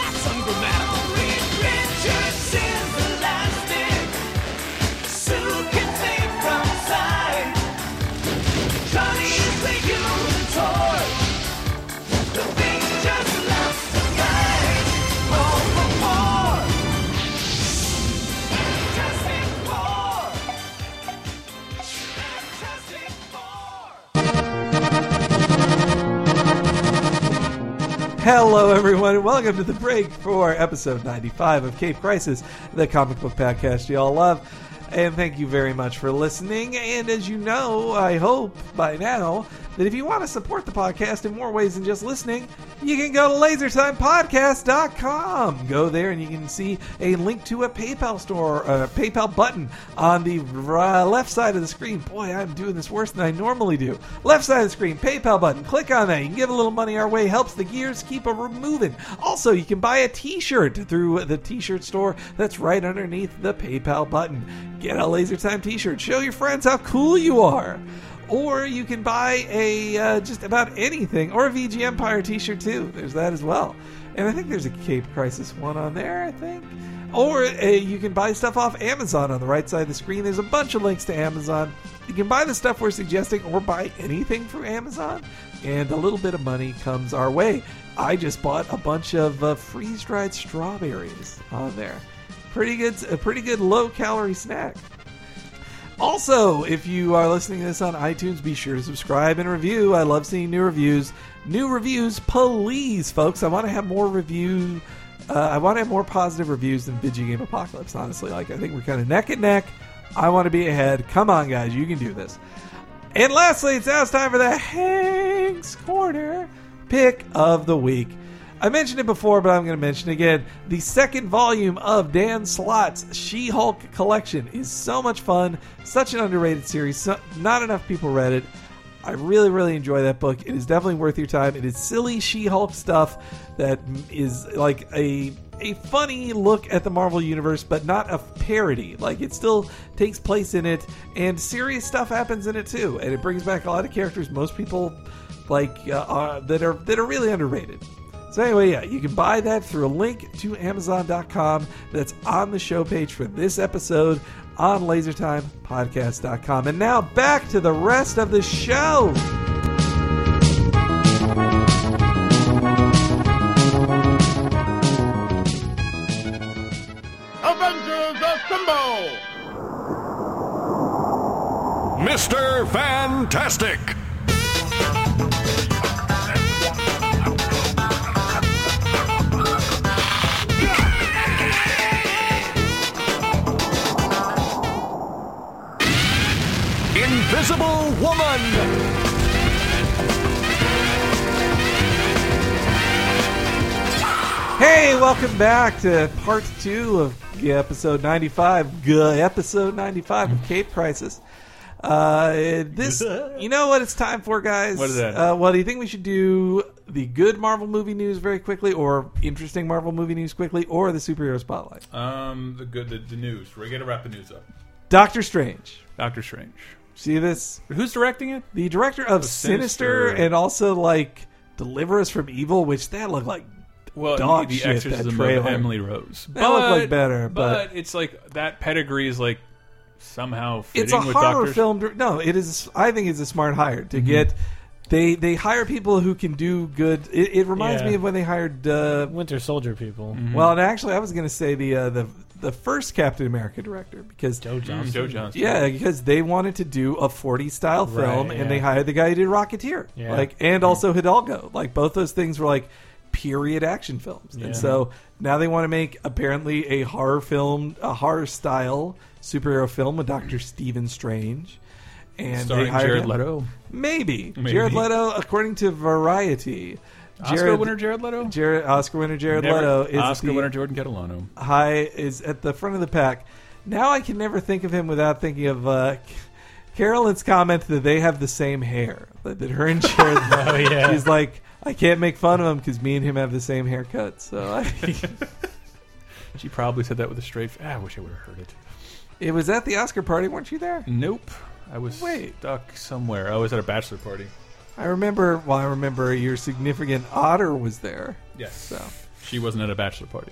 Hello, everyone, and welcome to the break for episode 95 of Cape Crisis, the comic book podcast you all love. And thank you very much for listening. And as you know, I hope by now that if you want to support the podcast in more ways than just listening, you can go to lasertimepodcast.com. Go there and you can see a link to a PayPal store, a PayPal button on the r- uh, left side of the screen. Boy, I'm doing this worse than I normally do. Left side of the screen, PayPal button. Click on that. You can give a little money our way. Helps the gears keep a moving. Also, you can buy a t-shirt through the t-shirt store that's right underneath the PayPal button. Get a Laser Time t-shirt. Show your friends how cool you are. Or you can buy a uh, just about anything, or a VG Empire t-shirt too. There's that as well. And I think there's a Cape Crisis one on there. I think. Or uh, you can buy stuff off Amazon on the right side of the screen. There's a bunch of links to Amazon. You can buy the stuff we're suggesting or buy anything from Amazon, and a little bit of money comes our way. I just bought a bunch of uh, freeze dried strawberries on there. Pretty good, a pretty good low calorie snack. Also, if you are listening to this on iTunes, be sure to subscribe and review. I love seeing new reviews. New reviews, please, folks. I want to have more review. Uh, I want to have more positive reviews than Video Game Apocalypse. Honestly, like I think we're kind of neck and neck. I want to be ahead. Come on, guys, you can do this. And lastly, it's now it's time for the Hank's Corner pick of the week. I mentioned it before, but I'm going to mention it again. The second volume of Dan Slott's She Hulk collection is so much fun, such an underrated series. So, not enough people read it. I really, really enjoy that book. It is definitely worth your time. It is silly She Hulk stuff that is like a a funny look at the Marvel universe, but not a parody. Like it still takes place in it, and serious stuff happens in it too. And it brings back a lot of characters most people like uh, are, that are that are really underrated. So anyway, yeah, you can buy that through a link to Amazon.com that's on the show page for this episode on LaserTimePodcast.com. And now back to the rest of the show.
Avengers Assemble! Mr. Fantastic! Invisible Woman!
Hey, welcome back to part two of g- episode 95. G- episode 95 of Cape Crisis. Uh, this, you know what it's time for, guys?
What is that?
Uh, well, do you think we should do the good Marvel movie news very quickly, or interesting Marvel movie news quickly, or the superhero spotlight?
Um, the good, the, the news. We're gonna wrap the news up.
Doctor Strange.
Doctor Strange.
See this?
Who's directing it?
The director of Sinister,
Sinister.
and also, like, Deliver Us from Evil, which that looked like.
Well,
Dog
the, the
shit, that
Exorcism of
trailer.
Emily Rose.
That looked like better, but-
it's like that pedigree is like somehow fitting
It's a
with Mm-hmm.
horror
Doctor
film. dir- No, it is. I think it's a smart hire to get. They they hire people who can do good. It, it reminds
Yeah.
me of when they hired. Uh,
Mm-hmm.
Winter Soldier people.
Well, and actually, I was going to say the uh, the the first Captain America director because
Mm-hmm. Joe Johnson.
Joe Johnson.
Yeah, because they wanted to do a 40 style film,
Right, yeah.
and they hired the guy who did Rocketeer,
Yeah.
like, and also Hidalgo. Like both those things were like period action films,
Yeah.
and so now they want to make apparently a horror film, a horror style superhero film with Doctor Stephen Strange, and
Starring
they hired
Jared
him.
Leto.
Maybe.
Maybe.
Jared Leto, according to Variety,
Oscar winner Jared Leto.
Jared, Oscar winner Jared
Never-
Leto is
Oscar
the-
winner Jordan Catalano.
high is at the front of the pack. Now I can never think of him without thinking of uh, Carolyn's comment that they have the same hair. That, that her and Jared, oh
yeah.
she's like, I can't make fun of him because me and him have the same haircut. So I,
She probably said that with a straight. F- ah, I wish I would have heard it.
it was at the Oscar party, weren't you there?
Nope. I was
Wait.
stuck somewhere. I was at a bachelor party.
I remember. Well, I remember your significant otter was there.
Yes.
So
She wasn't at a bachelor party.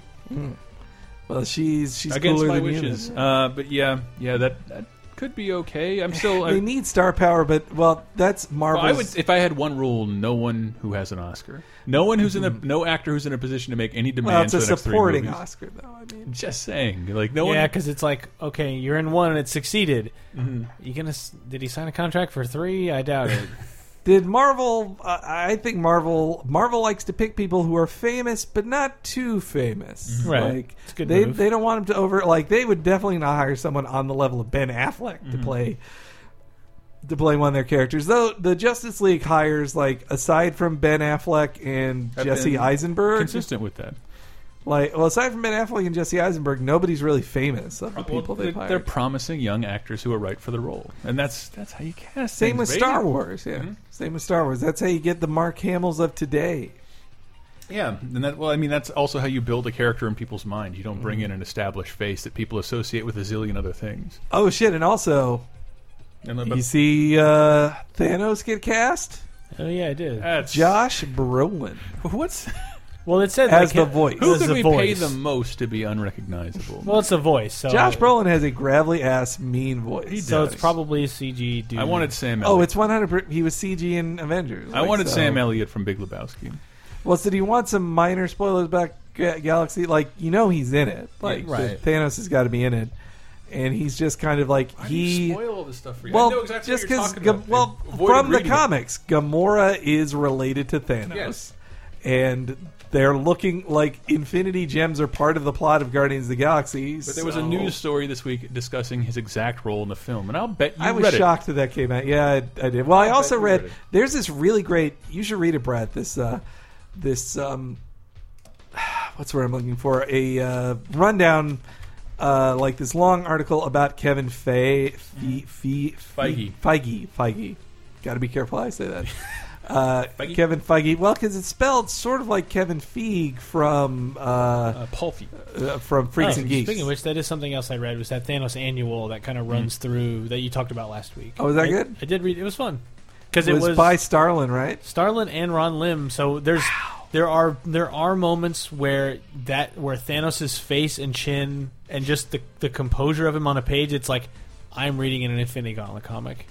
well, she's she's
Against
cooler
my
than you then.
wishes. Uh, but yeah, yeah, that, that could be okay. I'm still. I,
They need star power, but well, that's
well,
Marvel's.
I would, if I had one rule, no one who has an Oscar, no one who's in a, no actor who's in a position to make any
Mm-hmm. well,
demands
it's a
for the next three
supporting
movies.
Oscar, though. I mean,
Just saying, like no
Yeah,
one.
because it's like okay,
Mm-hmm.
you're in one and it succeeded. You gonna? s- Did he sign a contract for three? I doubt it.
Did Marvel? Uh, I think Marvel. Marvel likes to pick people who are famous, but not too famous.
Mm-hmm.
Right.
Like
It's a good
they
move.
they don't want them to over. Like they would definitely not hire someone on the level of Ben Affleck
Mm-hmm.
to play to play one of their characters. Though the Justice League hires like aside from Ben Affleck and
Have
Jesse
been
Eisenberg,
consistent with that.
like well aside from Ben Affleck and Jesse Eisenberg, nobody's really famous of the people
Well,
they've
they're,
hired.
they're promising young actors who are right for the role, and that's that's how you cast.
Same
things,
with
baby.
Star Wars, yeah.
Mm-hmm.
Same with Star Wars. That's how you get the Mark Hamill's of today.
Yeah, and that well, I mean, that's also how you build a character in people's mind. You don't
Mm-hmm.
bring in an established face that people associate with a zillion other things.
Oh shit! And also,
And
you see uh, Thanos get cast.
Oh yeah, I did.
that's
Josh Brolin.
What's
well, it said
Has
like,
the voice.
who
as
could
the
we pay
voice.
the most to be unrecognizable?
Well, it's a voice.
Oh.
So
Josh Brolin has a gravelly ass, mean voice.
So it's probably a CG dude.
I wanted Sam. Elliott.
Oh, it's one hundred. He was CG in Avengers.
I
like,
wanted
so-
Sam Elliott from Big Lebowski.
Well, so do you want some minor spoilers about Ga- Galaxy? Like you know he's in it. Like
Right.
Thanos has got to be in it, and he's just kind of like he.
all this stuff for you.
Well, just because well from the comics, Gamora is related to Thanos,
Yes.
and they're looking like Infinity Gems are part of the plot of Guardians of the Galaxy.
But there was a
so-
news story this week discussing his exact role in the film, and I'll bet you
I was
read
shocked that that came out. Yeah, I, I did. Well, I also
you
read,
read it.
there's this really great. You should read it, Brad. This uh, this um, what's the word I'm looking for? A uh, rundown. Uh, like this long article about Kevin Fe- Fe- Fe-
Mm-hmm. Feige.
Feige. Feige. Got to be careful how I say that. Uh,
Feige?
Kevin Feige. Well, because it's spelled sort of like Kevin Feig from
it.
uh,
Uh, Pulpy.
uh, from
Oh,
Freaks and Geeks.
Speaking of which, that is something else I read was that Thanos annual that kind of runs through that you talked about last week.
Mm. Oh, was that
I-
good?
I did read. It was fun because
it was, by Starlin, right?
Starlin and Ron Lim. So there's there are there are moments where that where Thanos' face and chin and just the the composure of him on a page. It's like I'm reading in an Infinity Gauntlet comic.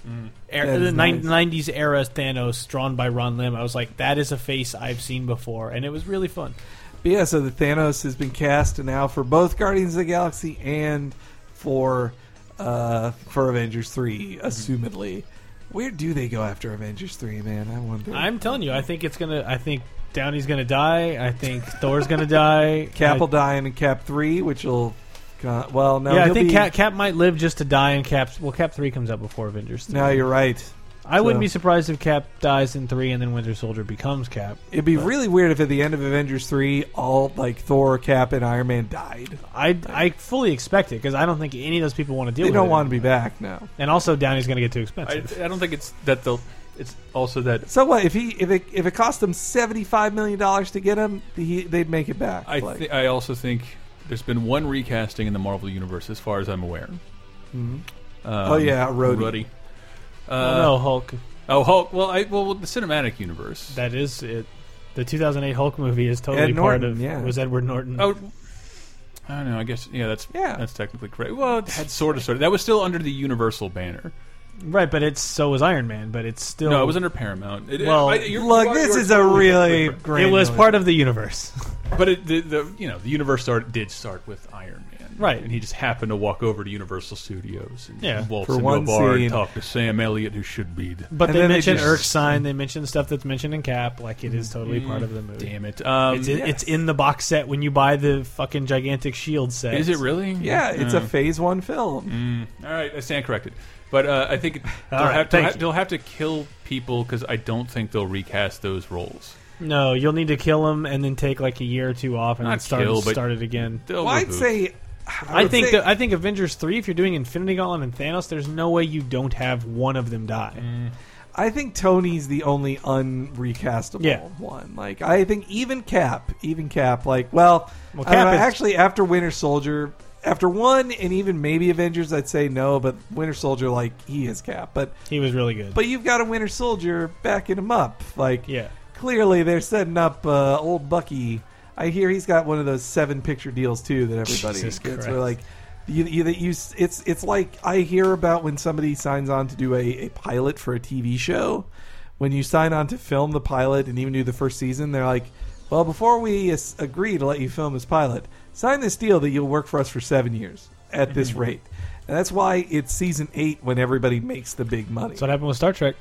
Era-
That is
the nine
nice.
'90s era Thanos drawn by Ron Lim. I was like, that is a face I've seen before, and it was really fun.
But yeah, so the Thanos has been cast now for both Guardians of the Galaxy and for uh, for Avengers three, assumedly. Where do they go after Avengers three, man? I wonder.
I'm telling you, I think it's gonna. I think Downey's gonna die. I think Thor's gonna die.
Cap will
I-
die in Cap three, which will uh, well no.
yeah, I
he'll
think
be-
Cap, Cap might live just to die, and Cap. Well, Cap three comes out before Avengers. 3.
No, you're right.
I
so-
wouldn't be surprised if Cap dies in three, and then Winter Soldier becomes Cap.
It'd be really weird if at the end of Avengers three, all like Thor, Cap, and Iron Man died.
I I fully expect it because I don't think any of those people want to deal.
They
with
don't
it.
want to be back now.
And also, Downey's gonna get too
I,
expensive.
I don't think it's that the. It's also that
So what if he if it if it cost them seventy five million dollars to get him, he, they'd make it back.
I
like-
th- I also think there's been one recasting in the Marvel universe, as far as I'm aware. Um,
Oh, yeah, Rhodey.
Uh,
oh no, Hulk.
Oh Hulk. Well, I well the cinematic universe.
That is it. The 2008 Hulk movie is totally
Ed Norton,
part of.
yeah.
Was Edward Norton?
oh, I don't know. I guess yeah. That's
Yeah.
That's technically correct. Well, it had sort of sort of. That was still under the Universal banner.
right, but it's so was Iron Man, but it's still
No, it was under Paramount. It,
Well,
I- you're-
Look,
you are-
this
you're
is a
totally
really
correct.
great.
It was part of the universe.
But it, the, the you know the universe start, did start with Iron Man,
Right.
And he just happened to walk over to Universal Studios and
Yeah.
waltz
For
into
one
a bar
scene.
and talk to Sam Elliott, who should be. The,
But
And
they
then they
mentioned
just-
Earth sign. They mentioned stuff that's mentioned in Cap. Like it is totally part of the movie.
damn it! Um,
It's, in- it's in the box set when you buy the fucking gigantic shield set.
Is it really?
Yeah, it's a
Uh,
phase one film.
Mm-hmm. All right, I stand corrected. But uh, I think they'll,
All right,
have, to,
thank
ha-
you.
they'll have to kill people because I don't think they'll recast those roles.
No, you'll need to kill him and then take like a year or two off and
Not
then start,
kill, but-
start it again.
They'll
Well, I'd
reboot.
say.
I,
would
think
say-
that I think Avengers three. If you're doing Infinity Gauntlet and Thanos, there's no way you don't have one of them die.
I think Tony's the only unrecastable
Yeah.
one. Like I think even Cap, even Cap, like well,
Well,
I don't
Cap
know,
is-
actually after Winter Soldier, after one and even maybe Avengers, I'd say no. But Winter Soldier, like he is Cap, but
He was really good.
but you've got a Winter Soldier backing him up. Like
yeah,
clearly they're setting up uh, old Bucky. I hear he's got one of those seven picture deals too that everybody
Jesus
gets.
Christ.
Where like you, you, that you, s- it's it's like I hear about when somebody signs on to do a, a pilot for a TV show. When you sign on to film the pilot and even do the first season, they're like, "Well, before we as- agree to let you film this pilot, sign this deal that you'll work for us for seven years at this
Mm-hmm.
rate." And that's why it's season eight when everybody makes the big money.
that's what happened with Star Trek.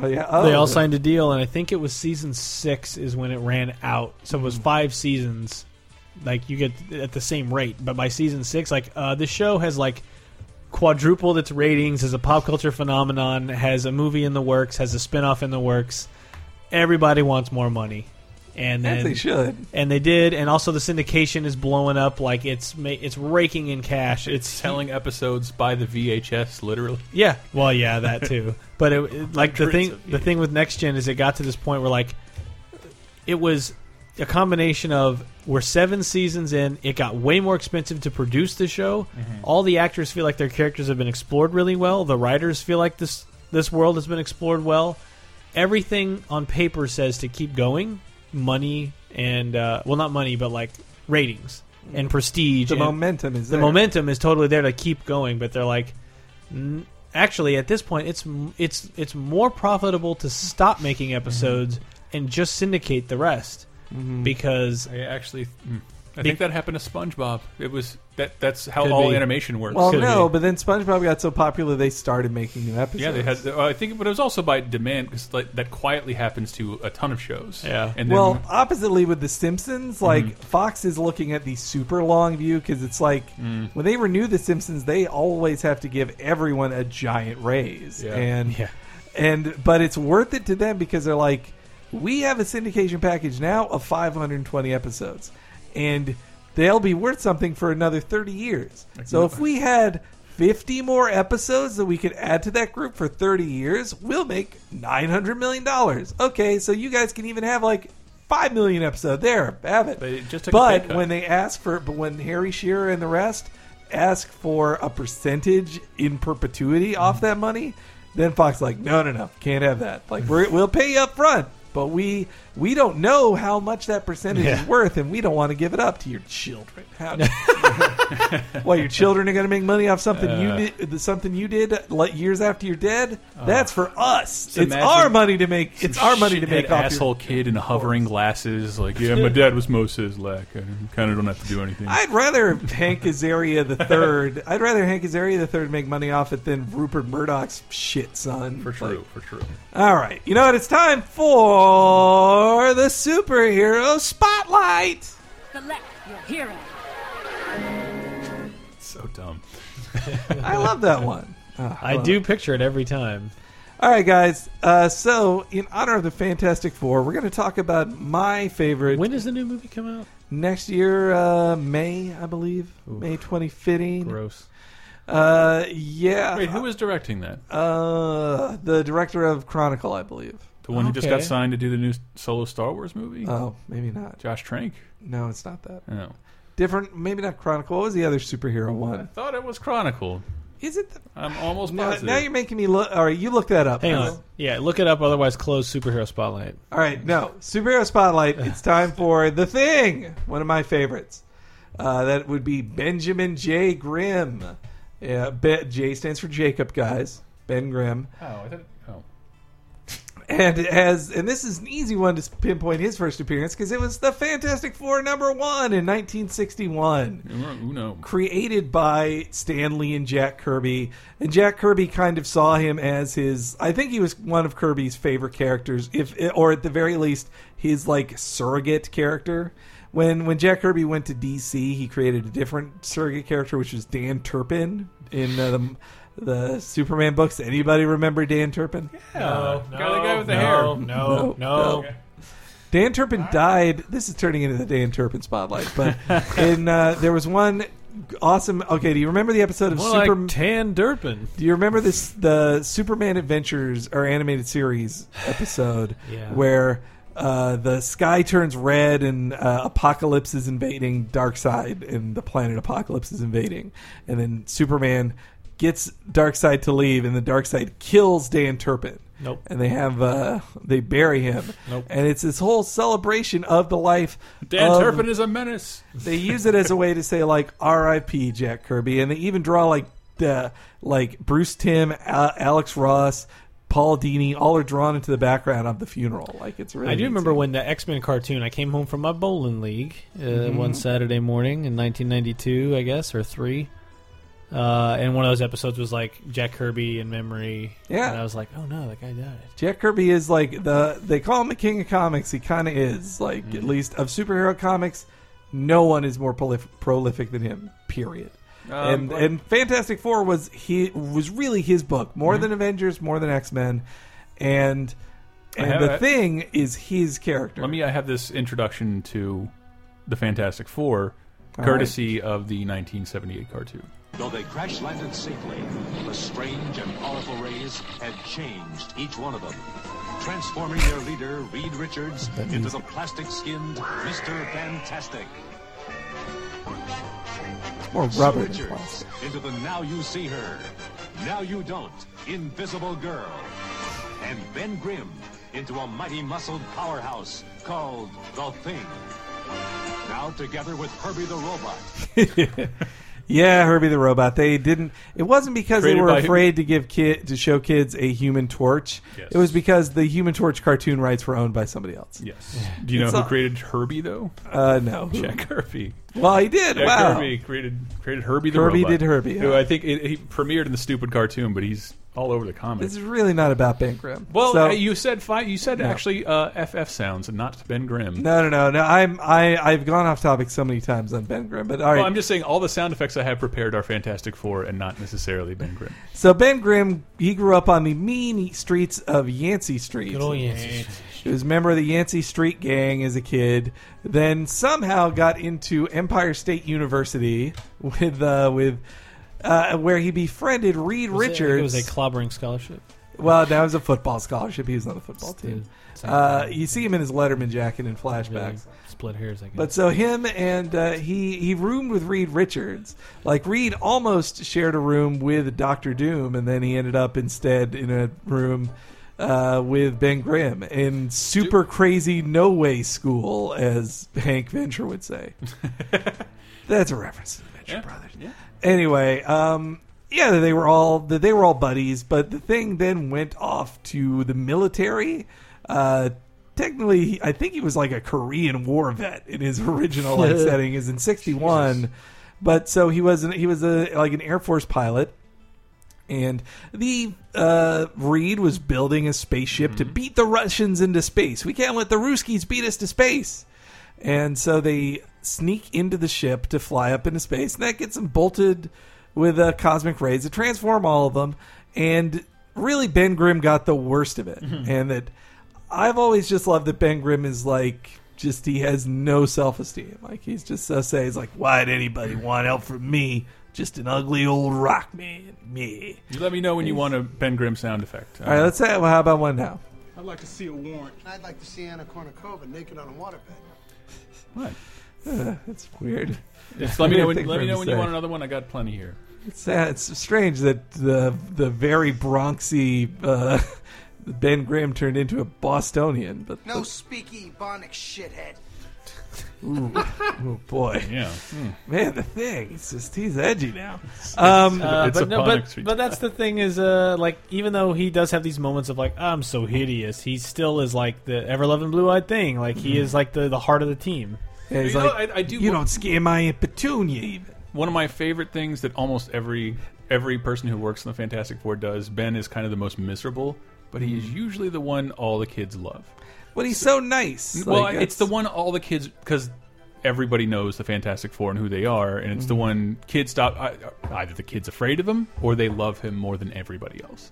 Oh, yeah. Oh,
they all signed a deal, and I think it was season six is when it ran out. So it was five seasons. Like you get at the same rate, but by season six, like uh, this show has like quadrupled its ratings as a pop culture phenomenon, has a movie in the works, has a spin off in the works. Everybody wants more money, and then
As they should.
and they did, and also the syndication is blowing up. Like it's ma- it's raking in cash. It's
Telling episodes by the VHS, literally.
yeah. Well, yeah, that too. But it, it- like the
Hundreds
thing,
of
the thing with next gen is it got to this point where like it was a combination of we're seven seasons in. It got way more expensive to produce the show. All the actors feel like their characters have been explored really well. The writers feel like this this world has been explored well. Everything on paper says to keep going. Money and uh, well, not money, but like ratings and prestige.
The
and-
momentum is
the
there.
momentum is totally there to keep going, but they're like, "N- actually, at this point, it's m- it's it's more profitable to stop making episodes and just syndicate the rest Mm-hmm. because
I actually, mm, I
Be-
think that happened to SpongeBob. It was that. That's how
Could
all
be.
animation works.
Well,
Could
no,
be.
but then SpongeBob got so popular they started making new episodes.
yeah, they had. the- I think, but it was also by demand because like, that quietly happens to a ton of shows.
Yeah.
and then, Mm-hmm.
Well, oppositely with The Simpsons, like Fox is looking at the super long view because it's like
Mm.
when they renew The Simpsons, they always have to give everyone a giant raise,
Yeah.
and
Yeah.
and but it's worth it to them because they're like, we have a syndication package now of 520 episodes, and they'll be worth something for another 30 years. So if we had 50 more episodes that we could add to that group for 30 years, we'll make 900 million dollars. Okay, so you guys can even have like 5 million episode there. Have it.
But it just took a pay
but
cut.
when they ask for but when Harry Shearer and the rest ask for a percentage in perpetuity
Mm-hmm.
off that money, then Fox like, "No, no, no. Can't have that. Like we're, we'll pay you up front, but we we don't know how much that percentage
Yeah.
is worth and we don't want to give it up to your children." How Why your children are going to make money off something
Uh.
you did, something you did like, years after you're dead? That's for us. It's
Uh. imagine
our money to make. It's our money to
shithead
make off your-
asshole kid in hovering glasses. Like, yeah, my dad was Moses Lack. I kind of don't have to do anything.
I'd rather Hank Azaria the third. I'd rather Hank Azaria the third make money off it than Rupert Murdoch's shit, son.
for true,
Like,
for true.
all right, you know what? It's time for the superhero spotlight.
Select your hero.
So dumb.
I love that one. Ah,
I
love
do picture it every time.
All right, guys. Uh, so, in honor of the Fantastic Four, we're going to talk about my favorite
When does the new movie come out?
next year, uh, May, I believe, May 2015.
Gross.
Uh, yeah.
Wait, who is directing that?
uh, the director of Chronicle, I believe.
The one who just got
okay.
signed to do the new solo Star Wars movie?
Oh, maybe not.
Josh Trank.
No, it's not that.
Oh.
Different, maybe not Chronicle. What was the other superhero
I
one?
thought it was Chronicle.
Is it? The,
I'm almost
now,
positive.
now you're making me look. All right, you look that up.
Hang
Chris.
on. Yeah, look it up. Otherwise, close superhero spotlight.
All right, no superhero spotlight. It's time for the thing. One of my favorites. Uh, that would be Benjamin J. Grimm. Yeah, Be- J stands for Jacob, guys. Ben Grimm.
oh, I thought, oh.
and it has and this is an easy one to pinpoint his first appearance because it was the Fantastic Four number one in 1961,
Uno.
created by Stan Lee and Jack Kirby. And Jack Kirby kind of saw him as his. I think he was one of Kirby's favorite characters, if or at the very least his like surrogate character. When when Jack Kirby went to DC, he created a different surrogate character, which was Dan Turpin in uh, the. The Superman books. Anybody remember Dan Turpin?
No, no, Guy- the guy with the
no,
hair.
No, no.
Dan Turpin died. This is turning into the Dan Turpin spotlight, but in uh, there was one awesome. Okay, do you remember the episode of
More
Super?
like Tan Durpin.
do you remember this the Superman Adventures or animated series episode
Yeah.
where uh, the sky turns red and uh, Apocalypse is invading Darkseid and the planet Apocalypse is invading, and then Superman gets Darkseid to leave, and the Darkseid kills Dan Turpin
Nope.
and they have uh, they bury him.
Nope.
And it's this whole celebration of the life.
Dan
of-
Turpin is a menace.
They use it as a way to say like R.I.P. Jack Kirby, and they even draw like the like Bruce Tim, Al- Alex Ross, Paul Dini, all are drawn into the background of the funeral. Like it's really.
I do
neat
remember
scene.
when the X Men cartoon. I came home from my bowling league uh, one Saturday morning in 1992, I guess, or three, Uh, and one of those episodes was like Jack Kirby in memory.
Yeah.
And I was like, oh no, that guy died.
Jack Kirby is like the they call him the king of comics. He kind of is like at
Mm-hmm.
least of superhero comics. No one is more prolif- prolific than him. Period. and
Um, but-
and Fantastic Four was he was really his book more
Mm-hmm.
than Avengers, more than X Men, and
have
and the
it.
thing is his character.
Let me I have this introduction to the Fantastic Four, courtesy of the 1978 cartoon.
Though they crash landed safely, the strange and powerful rays had changed each one of them, transforming their leader, Reed Richards, into the plastic skinned Mr. Fantastic.
It's more
Sue
rubber than
Richards
plastic.
into the Now You See Her, Now You Don't, Invisible Girl. And Ben Grimm into a mighty muscled powerhouse called The Thing. Now together with Herbie the Robot,
Yeah, Herbie the Robot. They didn't. It wasn't because
Created
they were
by-
afraid to give kid to show kids a Human Torch.
Yes.
It was because the Human Torch cartoon rights were owned by somebody else.
Yes. Do you know
It's
who
a-
created Herbie though?
Uh, no.
Jack Kirby.
Well, he did.
Jack
wow.
Kirby created created Herbie the
Kirby
robot.
did Herbie,
Who
yeah.
I think it, he premiered in the stupid cartoon, but he's all over the
This
comics.
is really not about Ben Grimm.
well,
So-
uh, you said fi- you said actually uh, FF sounds and not Ben Grimm.
no, no, no, no. I'm I I've gone off topic so many times on Ben Grimm, but all right.
Well, I'm just saying all the sound effects I have prepared are Fantastic Four and not necessarily Ben Grimm.
so Ben Grimm, he grew up on the mean streets of Yancey Street.
Good old Yancey.
He was a member of the Yancey Street Gang as a kid. Then somehow got into Empire State University with uh, with uh, where he befriended Reed
Was it- I think
Richards.
It was a clobbering scholarship.
Well, that was a football scholarship. He was on the football team.
Same
Uh,
thing.
you see him in his Letterman jacket in
Yeah,
flashbacks.
Split hairs, I guess.
But so him and uh, he he roomed with Reed Richards. Like Reed almost shared a room with Doctor Doom, and then he ended up instead in a room uh, with Ben Grimm in super crazy no way school, as Hank Venture would say. That's a reference to the Venture Brothers. Anyway, um, yeah, they were all they were all buddies, but the thing then went off to the military. Uh, technically, he- I think he was like a Korean War vet in his original like setting. Is in '61, but so he was an, he was a like an Air Force pilot. And the uh, Reed was building a spaceship to beat the Russians into space. We can't let the Ruskies beat us to space. And so they sneak into the ship to fly up into space, and that gets them bolted with uh, cosmic rays to transform all of them. And really, Ben Grimm got the worst of it. And that I've always just loved that Ben Grimm is like, just he has no self esteem. Like, he's just so say, he's like, why'd anybody want help from me? Just an ugly old rock man, me.
You let me know when you want a Ben Grimm sound effect. Uh,
All right, let's say, well, how about one now?
I'd like to see a warrant.
I'd like to see Anna Kournikova naked on a waterbed.
What?
That's weird.
Just let me know when,
Thing
let
for
me
him
know
to
when you
say.
want another one. I got plenty here.
It's, sad- it's strange that the the very Bronxy uh, Ben Graham turned into a Bostonian, but
No speaky ebonic shithead.
oh boy,
Yeah.
man, the thing it's just he's edgy now. Um,
Uh,
It's a
but, no,
Bonnick
but,
Street.
but that's the thing is uh like even though he does have these moments of like I'm so hideous, he still is like the ever loving blue eyed thing. Like he is like the, the heart of the team.
and he's
You know,
like,
I- I do
you
wa-
don't scare my Aunt Petunia even.
One of my favorite things that almost every every person who works in the Fantastic Four does. Ben is kind of the most miserable, but he is usually the one all the kids love.
But he's so nice.
well,
Like,
it's the one all the kids because everybody knows the Fantastic Four and who they are, and it's
Mm-hmm.
the one kids stop I- uh, either the kids afraid of him or they love him more than everybody else.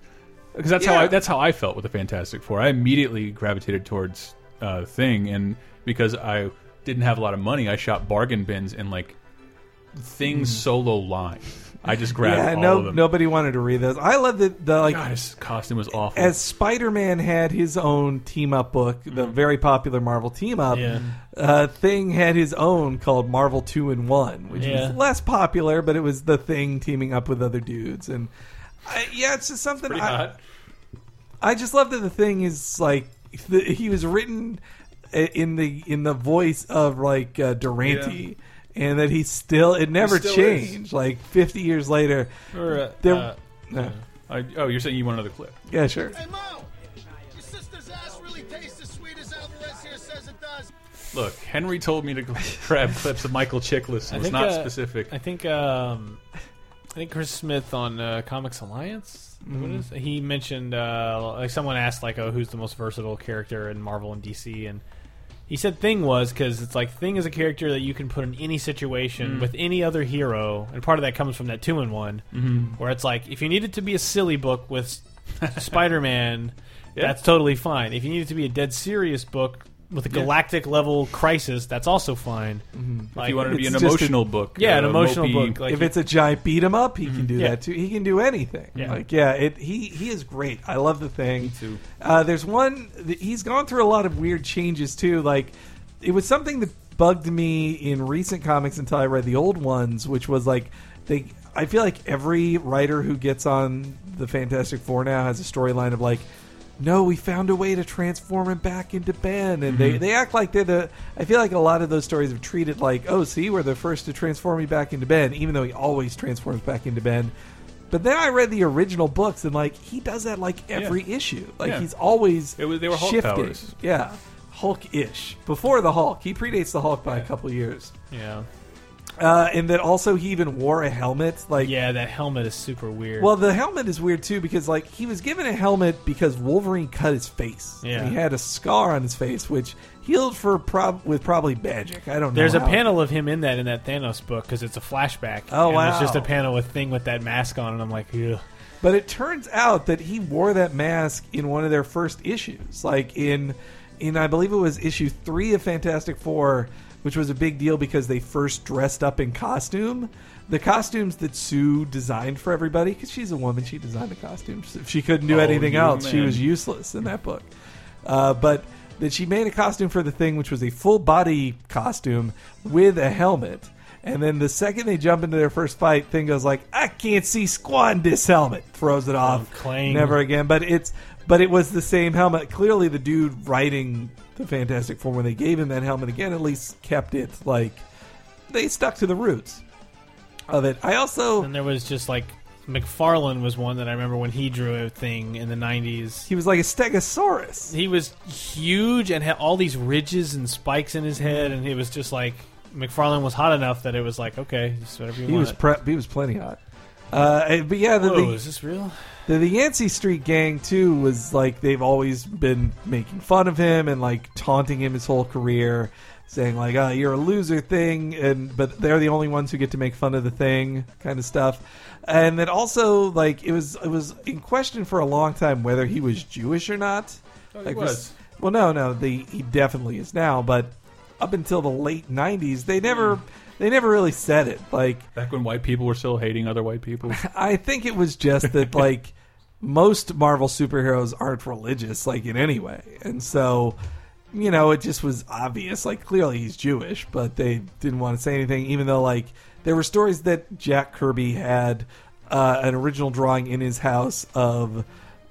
Because that's how I,
Yeah.
that's how I felt with the Fantastic Four. I immediately gravitated towards uh, Thing, and because I didn't have a lot of money, I shot bargain bins and like Thing's solo line. I just grabbed
Mm. Yeah,
all of
no,
them.
nobody wanted to read those. I love that the like
God, his costume was awful.
as Spider-Man had his own team-up book,
Mm.
the very popular Marvel team-up,
Yeah.
uh, Thing had his own called Marvel Two and One, which
Yeah.
was less popular, but it was the Thing teaming up with other dudes, and I, yeah, it's just something.
Pretty
I,
hot.
I just love that the Thing is like the, he was written i- in the in the voice of like uh, Durante. And that he still, it never
still is.
changed. Like 50 years later.
Or uh,
there,
uh,
no.
I, oh, you're saying you want another clip?
Yeah, sure.
Hey, Mo! Your sister's ass really tastes as sweet as Alvarez here says it does.
Look, Henry told me to grab clips of Michael Chiklis. It was
think,
not
uh,
specific.
I think um think Chris Smith on uh, Comics Alliance. What is,
Mm-hmm.
he mentioned uh, like someone asked like, "Oh, who's the most versatile character in Marvel and DC?" And he said Thing was because it's like Thing is a character that you can put in any
Mm.
situation with any other hero, and part of that comes from that two in one,
Mm-hmm.
where it's like if you need it to be a silly book with Spider Man, that's totally fine. If you need it to be a dead serious book with a galactic level crisis, that's also fine. Like,
Mm-hmm. If you wanted to be
it's
an
just a-
emotional book,
yeah, an
uh,
emotional
mopey-
book. Like Mm-hmm.
if it's a giant beat 'em up, he can do
Yeah.
that too. He can do anything.
Yeah.
Like yeah, it, he he is great. I love the thing.
too.
Uh, there's one. that- He's gone through a lot of weird changes too. Like it was something that bugged me in recent comics until I read the old ones, which was like they. I feel like every writer who gets on the Fantastic Four now has a storyline of like. No, we found a way to transform him back into Ben, and they, they act like they're the. I feel like a lot of those stories have treated like, oh, see, we're the first to transform me back into Ben, even though he always transforms back into Ben. But then I read the original books, and like he does that like every issue. Like
Yeah.
he's always
It was- they were Hulk
shifting.
powers.
Yeah, Hulk-ish before the Hulk. He predates the Hulk by a couple years,
yeah,
uh, and then also he even wore a helmet. Like
yeah, that helmet is super weird.
well, the helmet is weird too because like he was given a helmet because Wolverine cut his face.
Yeah.
And he had a scar on his face which healed for prob with probably magic. I don't know.
There's a
how.
panel of him in that in that Thanos book because it's a flashback.
Oh,
and It's
wow.
just a panel with thing with that mask on, and I'm like, Ugh.
But it turns out that he wore that mask in one of their first issues, like in in I believe it was issue three of Fantastic Four, which was a big deal because they first dressed up in costume. The costumes that Sue designed for everybody, because she's a woman, she designed the costumes. If she couldn't do
Oh,
anything
you
else, she
man.
was useless in that book. Uh, but that she made a costume for the thing, which was a full body costume with a helmet. And then the second they jump into their first fight, thing goes like, "I can't see squat in this helmet." Throws it off,
Oh, clang.
never again. But it's but it was the same helmet. Clearly, the dude writing the Fantastic Four when they gave him that helmet again, at least kept it like they stuck to the roots of it. I also
And there was just like McFarlane was one that I remember when he drew a thing in the '90s.
he was like a Stegosaurus.
He was huge and had all these ridges and spikes in his head, and it was just like McFarlane was hot enough that it was like, okay, just whatever you
He
want.
was pre- he was plenty hot. Uh, but yeah, the,
Whoa,
the,
is this real?
The, the Yancey Street gang too was like they've always been making fun of him and like taunting him his whole career, saying like, "Oh, you're a loser thing," and but they're the only ones who get to make fun of the thing kind of stuff. And then also like it was it was in question for a long time whether he was Jewish or not.
he
like,
was.
Well, no, no, the, he definitely is now, but up until the late '90s, they never they never really said it like.
Back when white people were still hating other white people.
I think it was just that like most Marvel superheroes aren't religious like in any way, and so you know it just was obvious. Like clearly he's Jewish, but they didn't want to say anything, even though like there were stories that Jack Kirby had uh, an original drawing in his house of.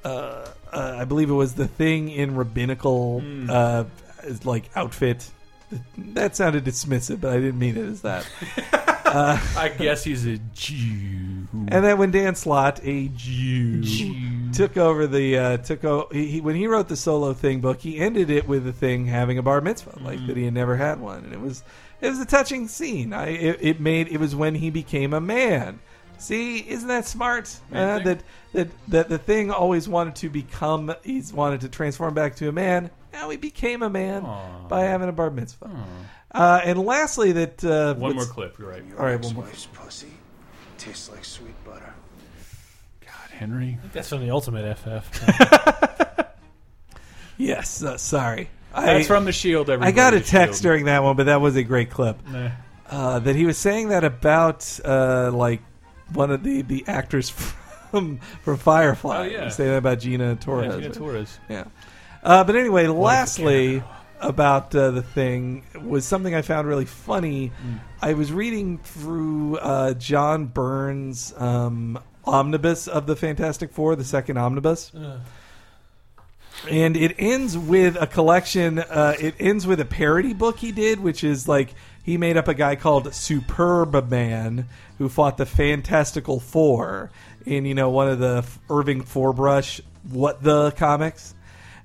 Uh, uh, I believe it was the thing in rabbinical uh, like outfit. That sounded dismissive, but I didn't mean it as that.
I guess he's a Jew.
And then when Dan Slott, a Jew, took over the uh, took o- he, he, when he wrote the solo thing book, he ended it with the thing having a bar mitzvah, like
Mm-hmm.
that he had never had one, and it was it was a touching scene. I it, it made it was when he became a man. See, isn't that smart? Uh, that that that the thing always wanted to become. He's wanted to transform back to a man. Now he became a man by having a bar mitzvah. Uh, and lastly, that uh,
One more
what's-
clip. You're right.
All right, one more.
pussy tastes like sweet butter.
God, Henry.
That's from the Ultimate FF.
Yes, uh, sorry.
That's
I,
from the Shield. Everybody.
I got a
The
text
Shield.
during that one, but that was a great clip.
Nah.
Uh, that he was saying that about uh, like one of the the actors from from Firefly.
Oh, yeah.
He was saying that about Gina
Yeah,
Torres.
Gina Torres.
Yeah. Uh, but anyway, lastly, about uh, the thing was something I found really funny.
Hmm.
I was reading through uh, John Burns' um, omnibus of the Fantastic Four, the second omnibus. And it ends with a collection. Uh, it ends with a parody book he did, which is like he made up a guy called Superb Man who fought the Fantastical Four in you know one of the Irving Forbrush what the comics.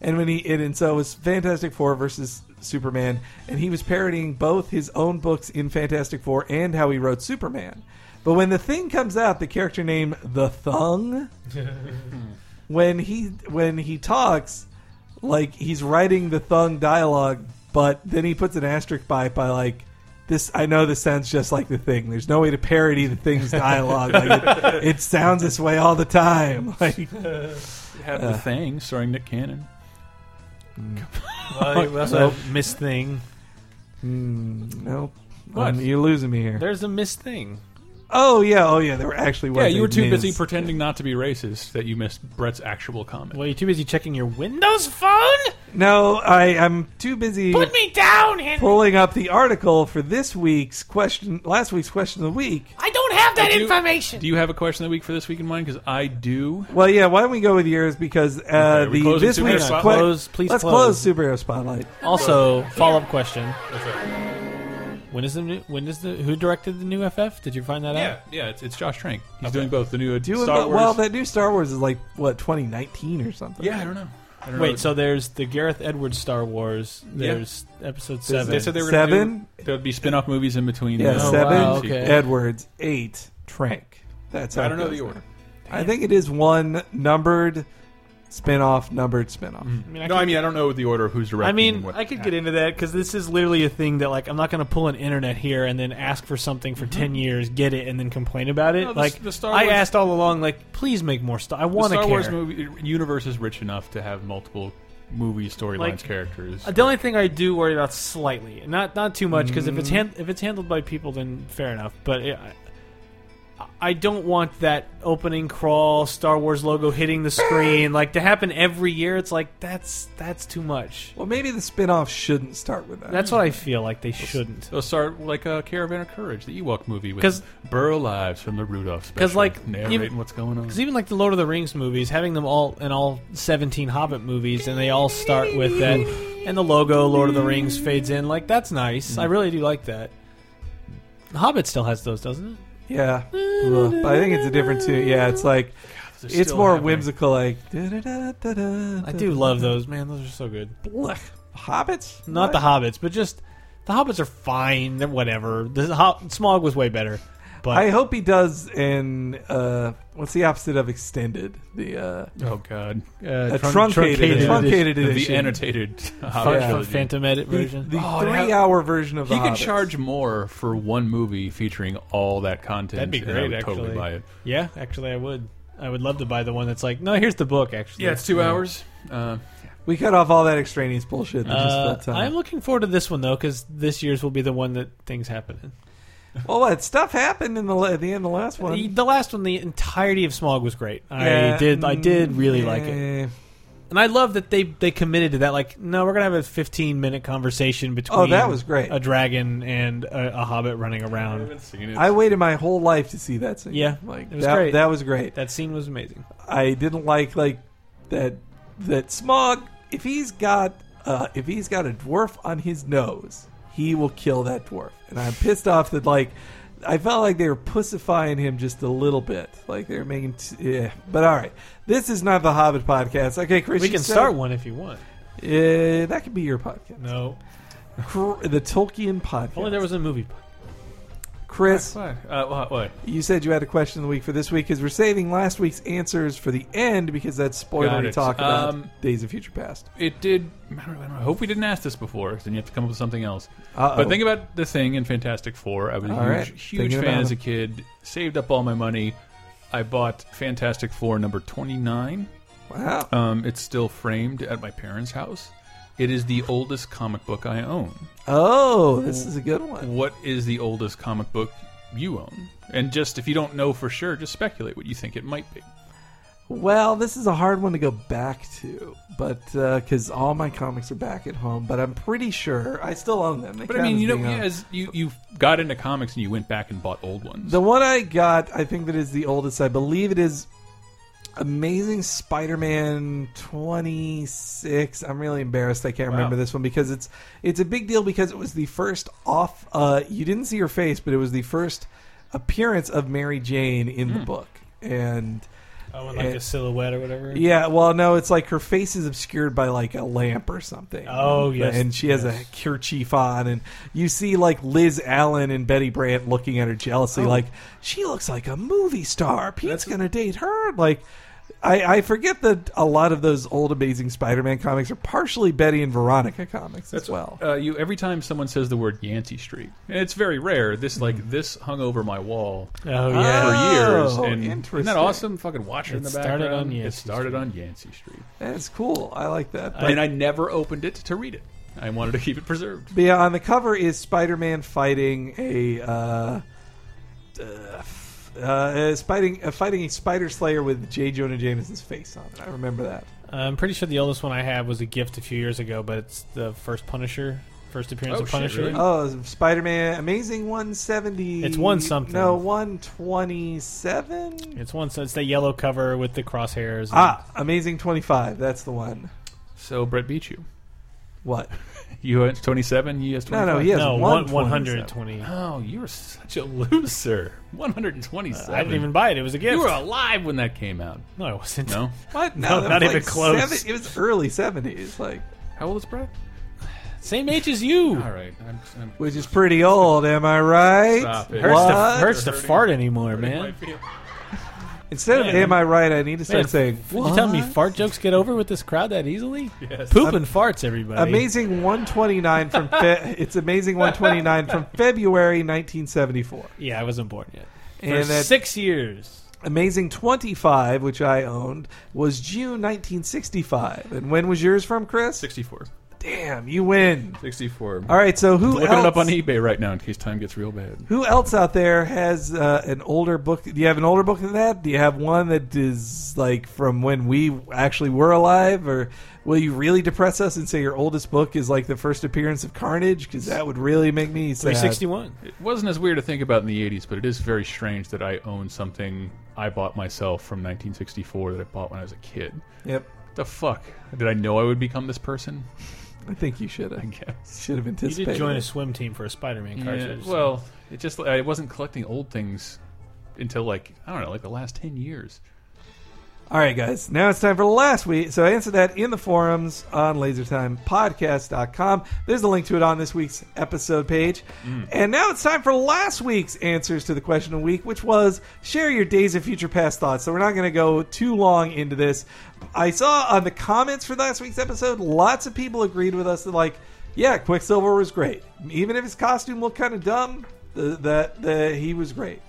And when he and, and so it was Fantastic Four versus Superman, and he was parodying both his own books in Fantastic Four and how he wrote Superman. But when the thing comes out, the character name the Thung, when he when he talks, like he's writing the Thung dialogue, but then he puts an asterisk by it by like this. I know this sounds just like the thing. There's no way to parody the thing's dialogue. like it, it sounds this way all the time. Like Uh,
Have the thing starring Nick Cannon.
Well, we also have Miss Thing.
nope.
What?
Um, you're losing me here.
There's a Miss Thing.
oh yeah, oh yeah. There were actually
Yeah, you were
Wesley
too
Snipes.
busy pretending not to be racist that you missed Brett's actual comment.
Well, you're too busy checking your Windows phone.
No, I am too busy
Put me down, Henry.
pulling up the article for this week's question. Last week's question of the week.
I don't have that
Do you-
information.
Do you have a question of the week for this week in mind? Because I do.
Well, yeah. Why don't we go with yours because uh,
Okay, we
the
closing
this
superhero
week's
spotlight?
que-
Close, please
let's
close.
close. superhero spotlight.
also, follow-up question. When is the new, when is the who directed the new FF? Did you find that
Yeah,
out?
yeah, it's, it's Josh Trank. He's doing both the new
Doing
Star
the-
Wars.
well, that new Star Wars is like what 2019 or something.
yeah, I don't know. I don't know.
Wait, so there's the Gareth Edwards Star Wars.
Yeah.
There's episode seven.
they said they were gonna
seven.
do- there would be spin-off movies in between.
Yeah,
the-
Oh,
seven.
wow, okay.
Edwards eight. Trank. That's how
I
it
don't know
goes.
the order.
I think it is one numbered spin-off, numbered spin-off.
I mean, I
No,
could-
I mean I don't know the order of who's directing.
I mean,
and what-
I could get into that because this is literally a thing that, like, I'm not going to pull an internet here and then ask for something for ten years, get it, and then complain about it.
Mm-hmm. No, the-
like,
the Star
I
Wars-
asked all along, like, please make more stuff. I
The
want to
Star
care.
Wars movie universe is rich enough to have multiple movie storylines,
Like,
characters.
Uh, The only thing I do worry about slightly, not not too much, because if it's hand, if it's handled by people, then fair enough. But it, I, I don't want that opening crawl Star Wars logo hitting the screen like to happen every year. It's like that's that's too much.
Well, maybe the spin-off shouldn't start with that.
That's what I feel like they shouldn't.
They'll start like a Caravan of Courage, the Ewok movie,
'Cause-
with Burrow Lives from the Rudolph special,
'Cause, like,
narrating
even-
what's going on.
Because even like the Lord of the Rings movies, having them all in all seventeen Hobbit movies, and they all start with that, and the logo Lord of the Rings fades in. Like that's nice. I really do like that. Hobbit still has those, doesn't it?
Yeah, Ugh. I think it's a different tune. Yeah, it's like
They're
it's
still
more
happening.
whimsical. Like da-da-da-da-da,
I do love those, man. Those are so good.
Blech. hobbits.
Not the Hobbits, but just the Hobbits are fine. They're whatever. The Ho- Smog was way better, but uh,
I hope he does in uh, what's the opposite of extended? The uh,
Oh God, uh,
a
trun-
truncated,
truncated
a truncated
the,
edition.
annotated
Fun-
Hobbit
yeah.
fun
trilogy.
Phantom Edit version.
The
Oh, it
three
has-
hour version of
He
the
could
Hobbits.
charge more for one movie featuring all that content.
That'd be
and I
great.
would
Actually,
Totally buy it.
yeah, actually, I would. I would love to buy the one that's like, no, here's the book. Actually,
Yeah, it's two hours. Uh,
We cut off all that extraneous bullshit that
Uh,
just filled time.
I'm looking forward to this one though, because this year's will be the one that things happen in.
well, what Oh, stuff happened in the la- at the end of the last one?
The- The last one, the entirety of Smog was great. I
Yeah,
did, I did
mm,
really like it,
yeah.
and I love that they they committed to that. Like, no, we're gonna have a 15 minute conversation between
Oh, that was great.
a dragon and a, a hobbit running around.
seen it.
I waited my whole life to see that scene.
Yeah,
like
it was
that,
great.
that was great.
That scene was amazing.
I didn't like like that that smog. If he's got uh, if he's got a dwarf on his nose, he will kill that dwarf. And I'm pissed off that like I felt like they were pussifying him just a little bit, like they were making. T- yeah, but all right, this is not the Hobbit podcast. Okay, Chris,
We
you
can
said-
start one if you want.
Uh, that could be your podcast.
No,
Cr- the Tolkien
only
podcast.
there was a movie.
Chris,
What? Uh, what? what?
you said you had a question of the week for this week because we're saving last week's answers for the end because that's
Got
spoilery
it.
talk about
Um,
Days of Future Past.
It did. I don't know, I hope we didn't ask this before. 'cause Then you have to come up with something else.
Uh-oh.
But think about the thing in Fantastic Four. I was a
All
huge,
right.
huge
Thinking
fan
about
as a
it.
kid. Saved up all my money. I bought Fantastic Four number twenty nine.
Wow.
Um, it's still framed at my parents' house. It is the oldest comic book I own.
Oh, this is a good one.
What is the oldest comic book you own? And just if you don't know for sure, just speculate what you think it might be.
Well, this is a hard one to go back to, but because all my comics are back at home, but I'm pretty sure I still own them. They
But I
count
mean,
as
you know,
being owned.
as you you got into comics and you went back and bought old ones.
the one I got, I think that is the oldest. I believe it is Amazing Spider-Man 26. I'm really embarrassed I can't remember this one because it's it's a big deal because it was the first off. Uh, you didn't see her
Hmm.
face, but it was the first appearance of Mary Jane in the book, and
Oh, and like
It-
a silhouette or whatever.
Yeah, well, no, it's like her face is obscured by like a lamp or something.
Oh, yes,
and she has a kerchief on, and you see like Liz Allen and Betty Brant looking at her
Oh.
jealously, like she looks like a movie star. Pete's gonna date her. Like, I, I forget that a lot of those old Amazing Spider-Man comics are partially Betty and Veronica comics as well.
Uh, you every time someone says the word Yancey Street, and it's very rare. This like this hung over my wall
Oh
for
yeah.
years,
Oh,
and isn't
interesting.
that awesome? Fucking watch it, in
It
the
started
background.
on
it
Yancey
started on Yancey Street,
That's cool. I like that. But-
and I never opened it to read it. I wanted to keep it preserved.
But yeah, on the cover is Spider-Man fighting a uh, uh, f- uh, is fighting uh, fighting a Spider Slayer with J. Jonah Jameson's face on it. I remember that.
I'm pretty sure the oldest one I have was a gift a few years ago, but it's the first Punisher, first appearance
Oh,
of
shit,
Punisher.
really?
Oh, Spider-Man Amazing 170.
It's one something.
No, 127.
It's one. So it's that yellow cover with the crosshairs. and-
Ah, Amazing 25. That's the one.
So Brett beat you.
What?
You had twenty seven. He has
No,
twenty.
no, he has
no, one
127.
one hundred twenty.
Oh, you're such a loser. One hundred and twenty seven.
I didn't even buy it. It was a gift.
You were alive when that came out.
no, I wasn't.
No.
What? No,
No,
that
not
was
even
like
close.
seven- it was early 70s, like,
How old is Brett?
Same age as you.
All right. I'm, I'm
which is pretty old. Am I right?
Stop it.
Hurts, to,
What?
hurts to fart anymore, man.
Instead of
Man.
"Am I right," I need to start
Man,
saying
You telling me fart jokes get over with this crowd that easily?
Yes.
Poop and farts, everybody.
amazing 129 from fe- it's amazing 129 from February 1974,
Yeah, I wasn't born yet.
and
For
that
six years.
amazing 25, which I owned, was June 1965. And when was yours from, Chris?
sixty four.
Damn, you win!
Sixty four.
All right, so who
Looking
else?
it up on e- eBay right now in case time gets real bad.
who else out there has uh, an older book? Do you have an older book than that? Do you have one that is like from when we actually were alive? Or will you really depress us and say your oldest book is like the first appearance of Carnage? Because that would really make me sad.
361.
It wasn't as weird to think about in the 80s, but it is very strange that I own something I bought myself from 1964 that I bought when I was a kid.
Yep.
The fuck? Did I know I would become this person?
I think you should have.
guess.
Should have
You
anticipated.
did join a
it.
swim team for a Spider-Man
Yeah,
cartridge.
well, it just I wasn't collecting old things until like I don't know, like the last 10 years.
All right, guys. Now it's time for last week. So answer that in the forums on lasertimepodcast.com. There's a link to it on this week's episode page.
Mm.
And now it's time for last week's answers to the question of the week, which was share your days of future past thoughts. So we're not going to go too long into this. I saw on the comments for last week's episode, lots of people agreed with us that, like, yeah, Quicksilver was great. Even if his costume looked kind of dumb, the, that the, he was great.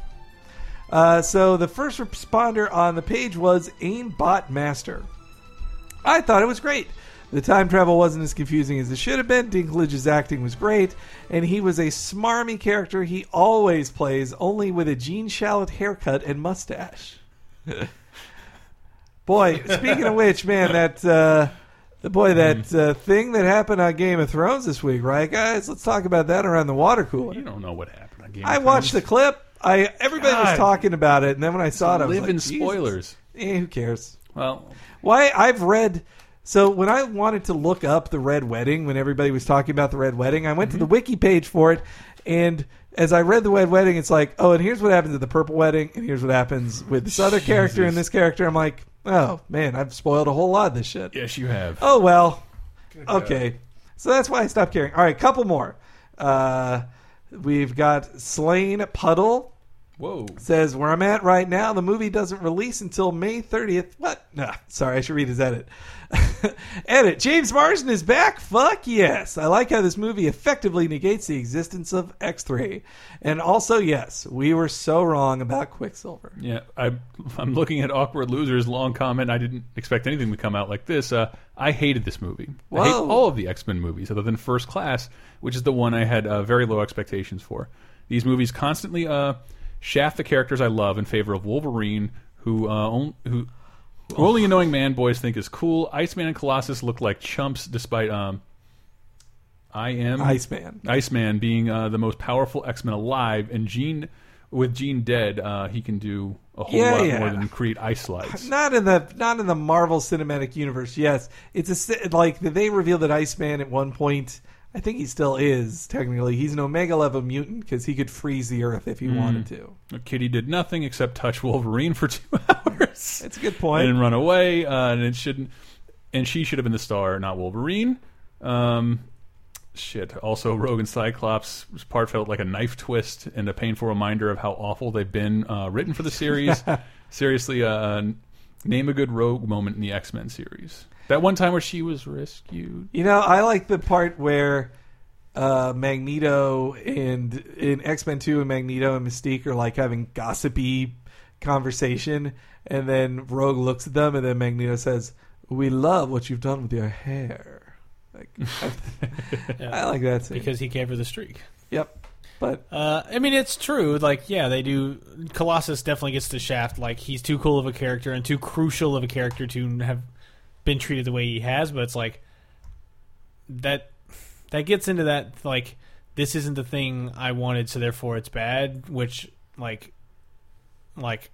Uh, so the first responder on the page was Aimbot Master. I thought it was great. The time travel wasn't as confusing as it should have been. Dinklage's acting was great, and he was a smarmy character he always plays, only with a Gene Shalit haircut and mustache. boy, speaking of which, man, that uh, boy, that uh, thing that happened on Game of Thrones this week, right, guys? Let's talk about that around the water cooler.
You don't know what happened. on Game
I
of
watched the
Thrones.
clip. I everybody was
God.
talking about it, and then when I saw it, I was
live
like,
in
"Jesus."
spoilers.
Eh, who cares?
Well,
Why I've read. So when I wanted to look up the red wedding, when everybody was talking about the red wedding, I went to the wiki page for it, and as I read the red wedding, it's like, oh, and here's what happens at the purple wedding, and here's what happens with this other character and this character. I'm like, oh man, I've spoiled a whole lot of this shit.
yes, you have.
Oh well. okay. So that's why I stopped caring. All right, couple more. Uh, we've got Slain Puddle
Whoa.
says where I'm at right now. The movie doesn't release until May 30th. What? No, sorry, I should read his edit. edit: James Marsden is back. Fuck yes! I like how this movie effectively negates the existence of X3. And also, yes, we were so wrong about Quicksilver.
Yeah, I, I'm looking at Awkward Loser's long comment. I didn't expect anything to come out like this. Uh, I hated this movie. I hate
Whoa.
all of the X Men movies other than First Class, which is the one I had uh, very low expectations for. These movies constantly uh, shaft the characters I love in favor of Wolverine, who uh, on, who only annoying man boys think is cool. Iceman and Colossus look like chumps despite um, I am
Iceman.
Iceman being uh, the most powerful X Men alive, and Jean with Jean dead, uh, he can do a whole
Yeah,
lot
yeah.
more than create ice slides.
Not in the not in the Marvel Cinematic Universe. Yes, it's a si- like they revealed that Iceman at one point. I think he still is technically. He's an Omega level mutant because he could freeze the Earth if he wanted to.
Kitty did nothing except touch Wolverine for two hours.
That's a good point.
And run away, uh, and it shouldn't. And she should have been the star, not Wolverine. Um, shit. Also, Rogue and Cyclops part felt like a knife twist and a painful reminder of how awful they've been uh, written for the series. Seriously, uh, name a good Rogue moment in the X Men series. That one time where she was rescued.
You know, I like the part where uh, Magneto and in X Men Two and Magneto and Mystique are like having gossipy conversation, and then Rogue looks at them, and then Magneto says, "We love what you've done with your hair." Like, I, I like that scene.
because he gave her the streak.
yep, but
Uh, I mean, it's true. Like, yeah, they do. Colossus definitely gets the shaft. Like, he's too cool of a character and too crucial of a character to have been treated the way he has. But it's like that. That gets into that like this isn't the thing I wanted, so therefore it's bad. Which like, like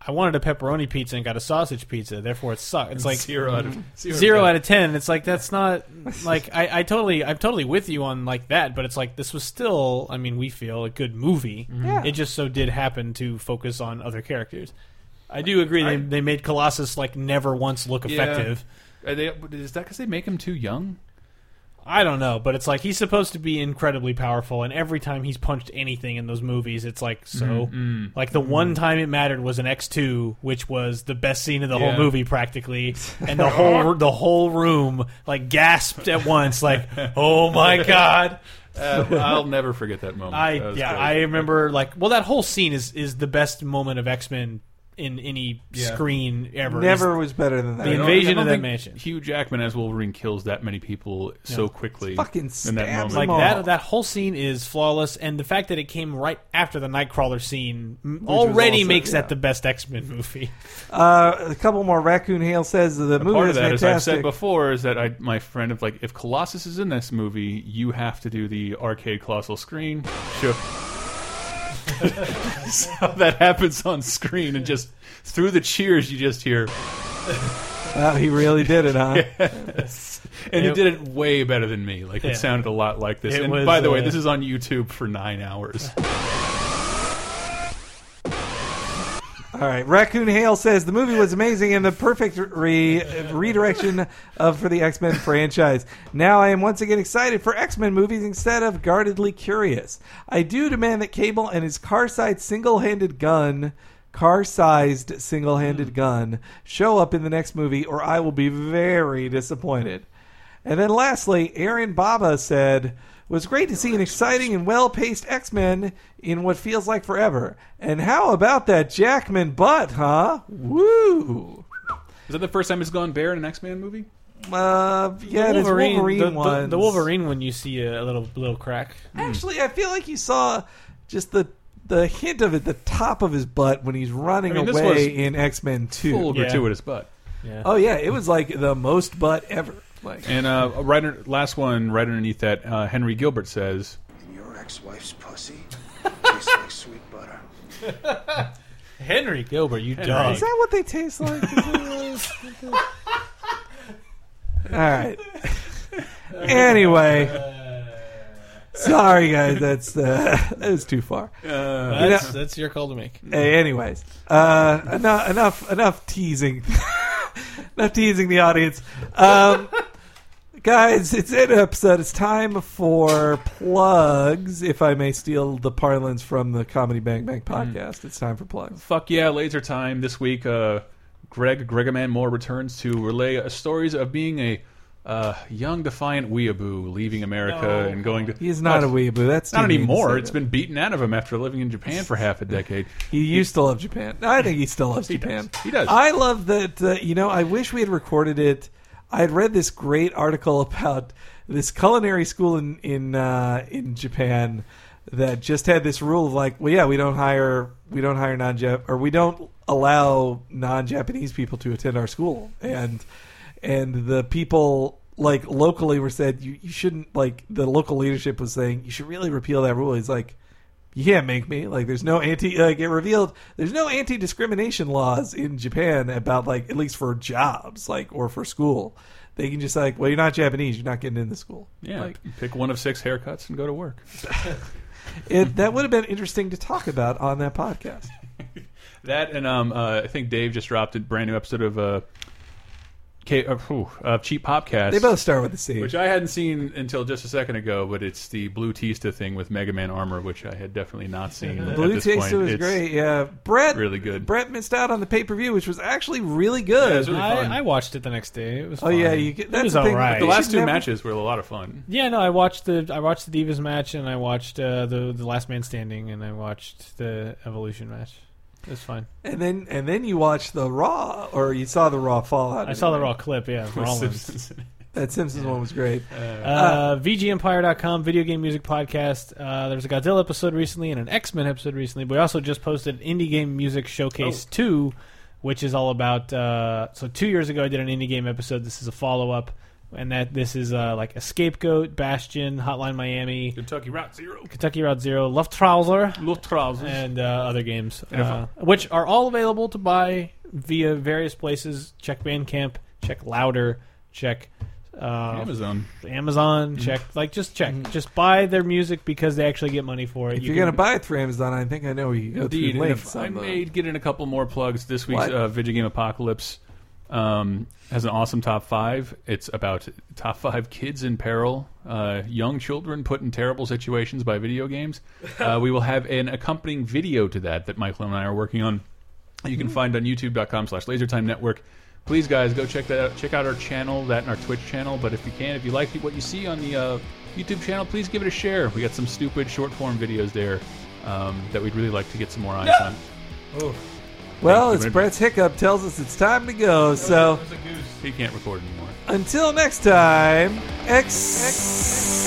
I wanted a pepperoni pizza and got a sausage pizza, therefore it sucks. It's like
zero out of zero,
zero out of ten. It's like that's not like I, I totally I'm totally with you on like that, but it's like this was still I mean we feel a good movie.
Yeah.
It just so did happen to focus on other characters. I do agree they, they made Colossus like never once look
Yeah.
effective.
Are they, is that because they make him too young?
I don't know, but it's like he's supposed to be incredibly powerful, and every time he's punched anything in those movies, it's like so.
Mm-hmm.
Like the one time it mattered was an X two, which was the best scene of the
Yeah.
whole movie practically, and the whole the whole room like gasped at once, like oh my god.
Uh, I'll never forget that moment.
I
That was
yeah,
great.
I remember like well that whole scene is is the best moment of X Men in any
Yeah.
screen ever. Is-
never was better than that.
The
I don't-
invasion
I don't
of that
think
mansion.
Hugh Jackman as Wolverine kills that many people so quickly.
Fucking
in that
stabs
moment.
them
Like
all.
that that whole scene is flawless, and the fact that it came right after the Nightcrawler scene m
was
already
also-
makes
yeah.
that the best X Men movie.
Uh, a couple more. Raccoon Hale says the movie
part
is
of that, as I've
fantastic.
said before, is that I, my friend of like, if Colossus is in this movie, you have to do the arcade colossal screen. Shook. so that happens on screen, and just through the cheers, you just hear.
Wow, he really did it, huh?
And he
It-
did it way better than me. Like
Yeah.
it sounded a lot like this.
It
and
was,
by the way,
uh,
this is on YouTube for nine hours.
All right. Raccoon Hale says the movie was amazing and the perfect re- redirection of for the X Men franchise. Now I am once again excited for X Men movies instead of guardedly curious. I do demand that Cable and his car-sized single-handed gun, car-sized single-handed gun, show up in the next movie, or I will be very disappointed. And then lastly, Aaron Baba said, was great to see an exciting and well paced X Men in what feels like forever. And how about that Jackman butt, huh? Woo!
Is that the first time it's gone bare in an X Men movie?
Uh, yeah, it's Wolverine,
the,
Wolverine
the-
ones.
the, Wolverine one you see a, a little little crack.
Actually, I feel like you saw just the the hint of it, the top of his butt when he's running
I mean, this was
away in X Men
Full
Two.
Yeah.
gratuitous butt.
Oh yeah, it was like the most butt ever. Like,
And uh, right, under- last one, right underneath that, uh, Henry Gilbert says,
And your ex-wife's pussy tastes like sweet butter.
Henry Gilbert, you dog.
Is that what they taste like? All right. Anyway,
Uh,
sorry guys, that's uh, that was too far.
that's,
You
that's your call to make.
Hey, anyways, uh, enough enough enough teasing, enough teasing the audience. Um, guys, it's an episode. It's time for plugs. If I may steal the parlance from the Comedy Bang Bang
Mm.
podcast, it's time for plugs.
Fuck yeah, laser time. This week, uh, Greg Gregaman Moore returns to relay uh, stories of being a uh, young, defiant weeaboo leaving America and going to.
He is not a weeaboo. That's
Not
too mean to say
anymore.
that.
It's been beaten out of him after living in Japan for half a decade.
He used to love Japan. I think he still loves
He
Japan.
does. He does.
I love that. Uh, you know, I wish we had recorded it. I had read this great article about this culinary school in in uh, in Japan that just had this rule of like, well, yeah, we don't hire we don't hire non Jap or we don't allow non Japanese people to attend our school and and the people like locally were said you, you shouldn't like the local leadership was saying you should really repeal that rule. He's like you can't make me like there's no anti like it revealed there's no anti discrimination laws in Japan about like at least for jobs like or for school they can just like, well, you're not Japanese, you're not getting into school.
Yeah,
Like,
pick one of six haircuts and go to work.
it, that would have been interesting to talk about on that podcast.
That and um, uh, I think Dave just dropped a brand new episode of uh, K- uh, whew, uh, Cheap Popcast.
They both start with a C.
which I hadn't seen until just a second ago, but it's the Blue Tista thing with Mega Man armor, which I had definitely not seen.
Blue
at this
Taste
point.
was
It's-
great. Yeah, Brett
really good.
Brett missed out on the pay per view, which was actually really good.
Yeah, it was really fun.
I, I watched it the next day. It was.
oh yeah,
fine.
you get,
it
that's
was
the
all
thing.
right.
the last two
Never-
matches were a lot of fun.
Yeah, no, I watched the I watched the Divas match and I watched uh, the the Last Man Standing and I watched the Evolution match. It was fine.
and then and then you watched the Raw or you saw the Raw Fallout.
I saw the raw clip. Yeah, of Rollins.
Simpsons.
that Simpsons one was great.
Uh, VGEmpire.com, video game music podcast. Uh, there was a Godzilla episode recently and an X Men episode recently. But we also just posted Indie Game Music Showcase
Oh.
2, which is all about. Uh, so, two years ago, I did an indie game episode. This is a follow up. And that this is uh, like a scapegoat, Bastion, Hotline Miami,
Kentucky Route Zero.
Kentucky Route Zero, Love Trouser,
Trousers.
and uh, other games,
And if I-
uh, which are all available to buy via various places. Check Bandcamp, check Louder, check uh,
Amazon.
Amazon,
Mm-hmm.
check like just check, just buy their music because they actually get money for it.
If you're gonna buy it through Amazon, I think I know where you go
Indeed.
through
and
links.
if I
on the-
may get in a couple more plugs. This week's
What?
uh, Video Game Apocalypse um, has an awesome top five. It's about top five kids in peril, uh, young children put in terrible situations by video games. Uh, we will have an accompanying video to that that Michael and I are working on. You can find on youtube.com slash lasertime network. Please, guys, go check that out. Check out our channel, that and our Twitch channel. But if you can, if you like what you see on the uh, YouTube channel, please give it a share. We got some stupid short form videos there um, that we'd really like to get some more eyes on.
well,
you
it's
very much.
Brett's hiccup tells us it's time to go. So
He can't record anymore.
until next time, Excelsior.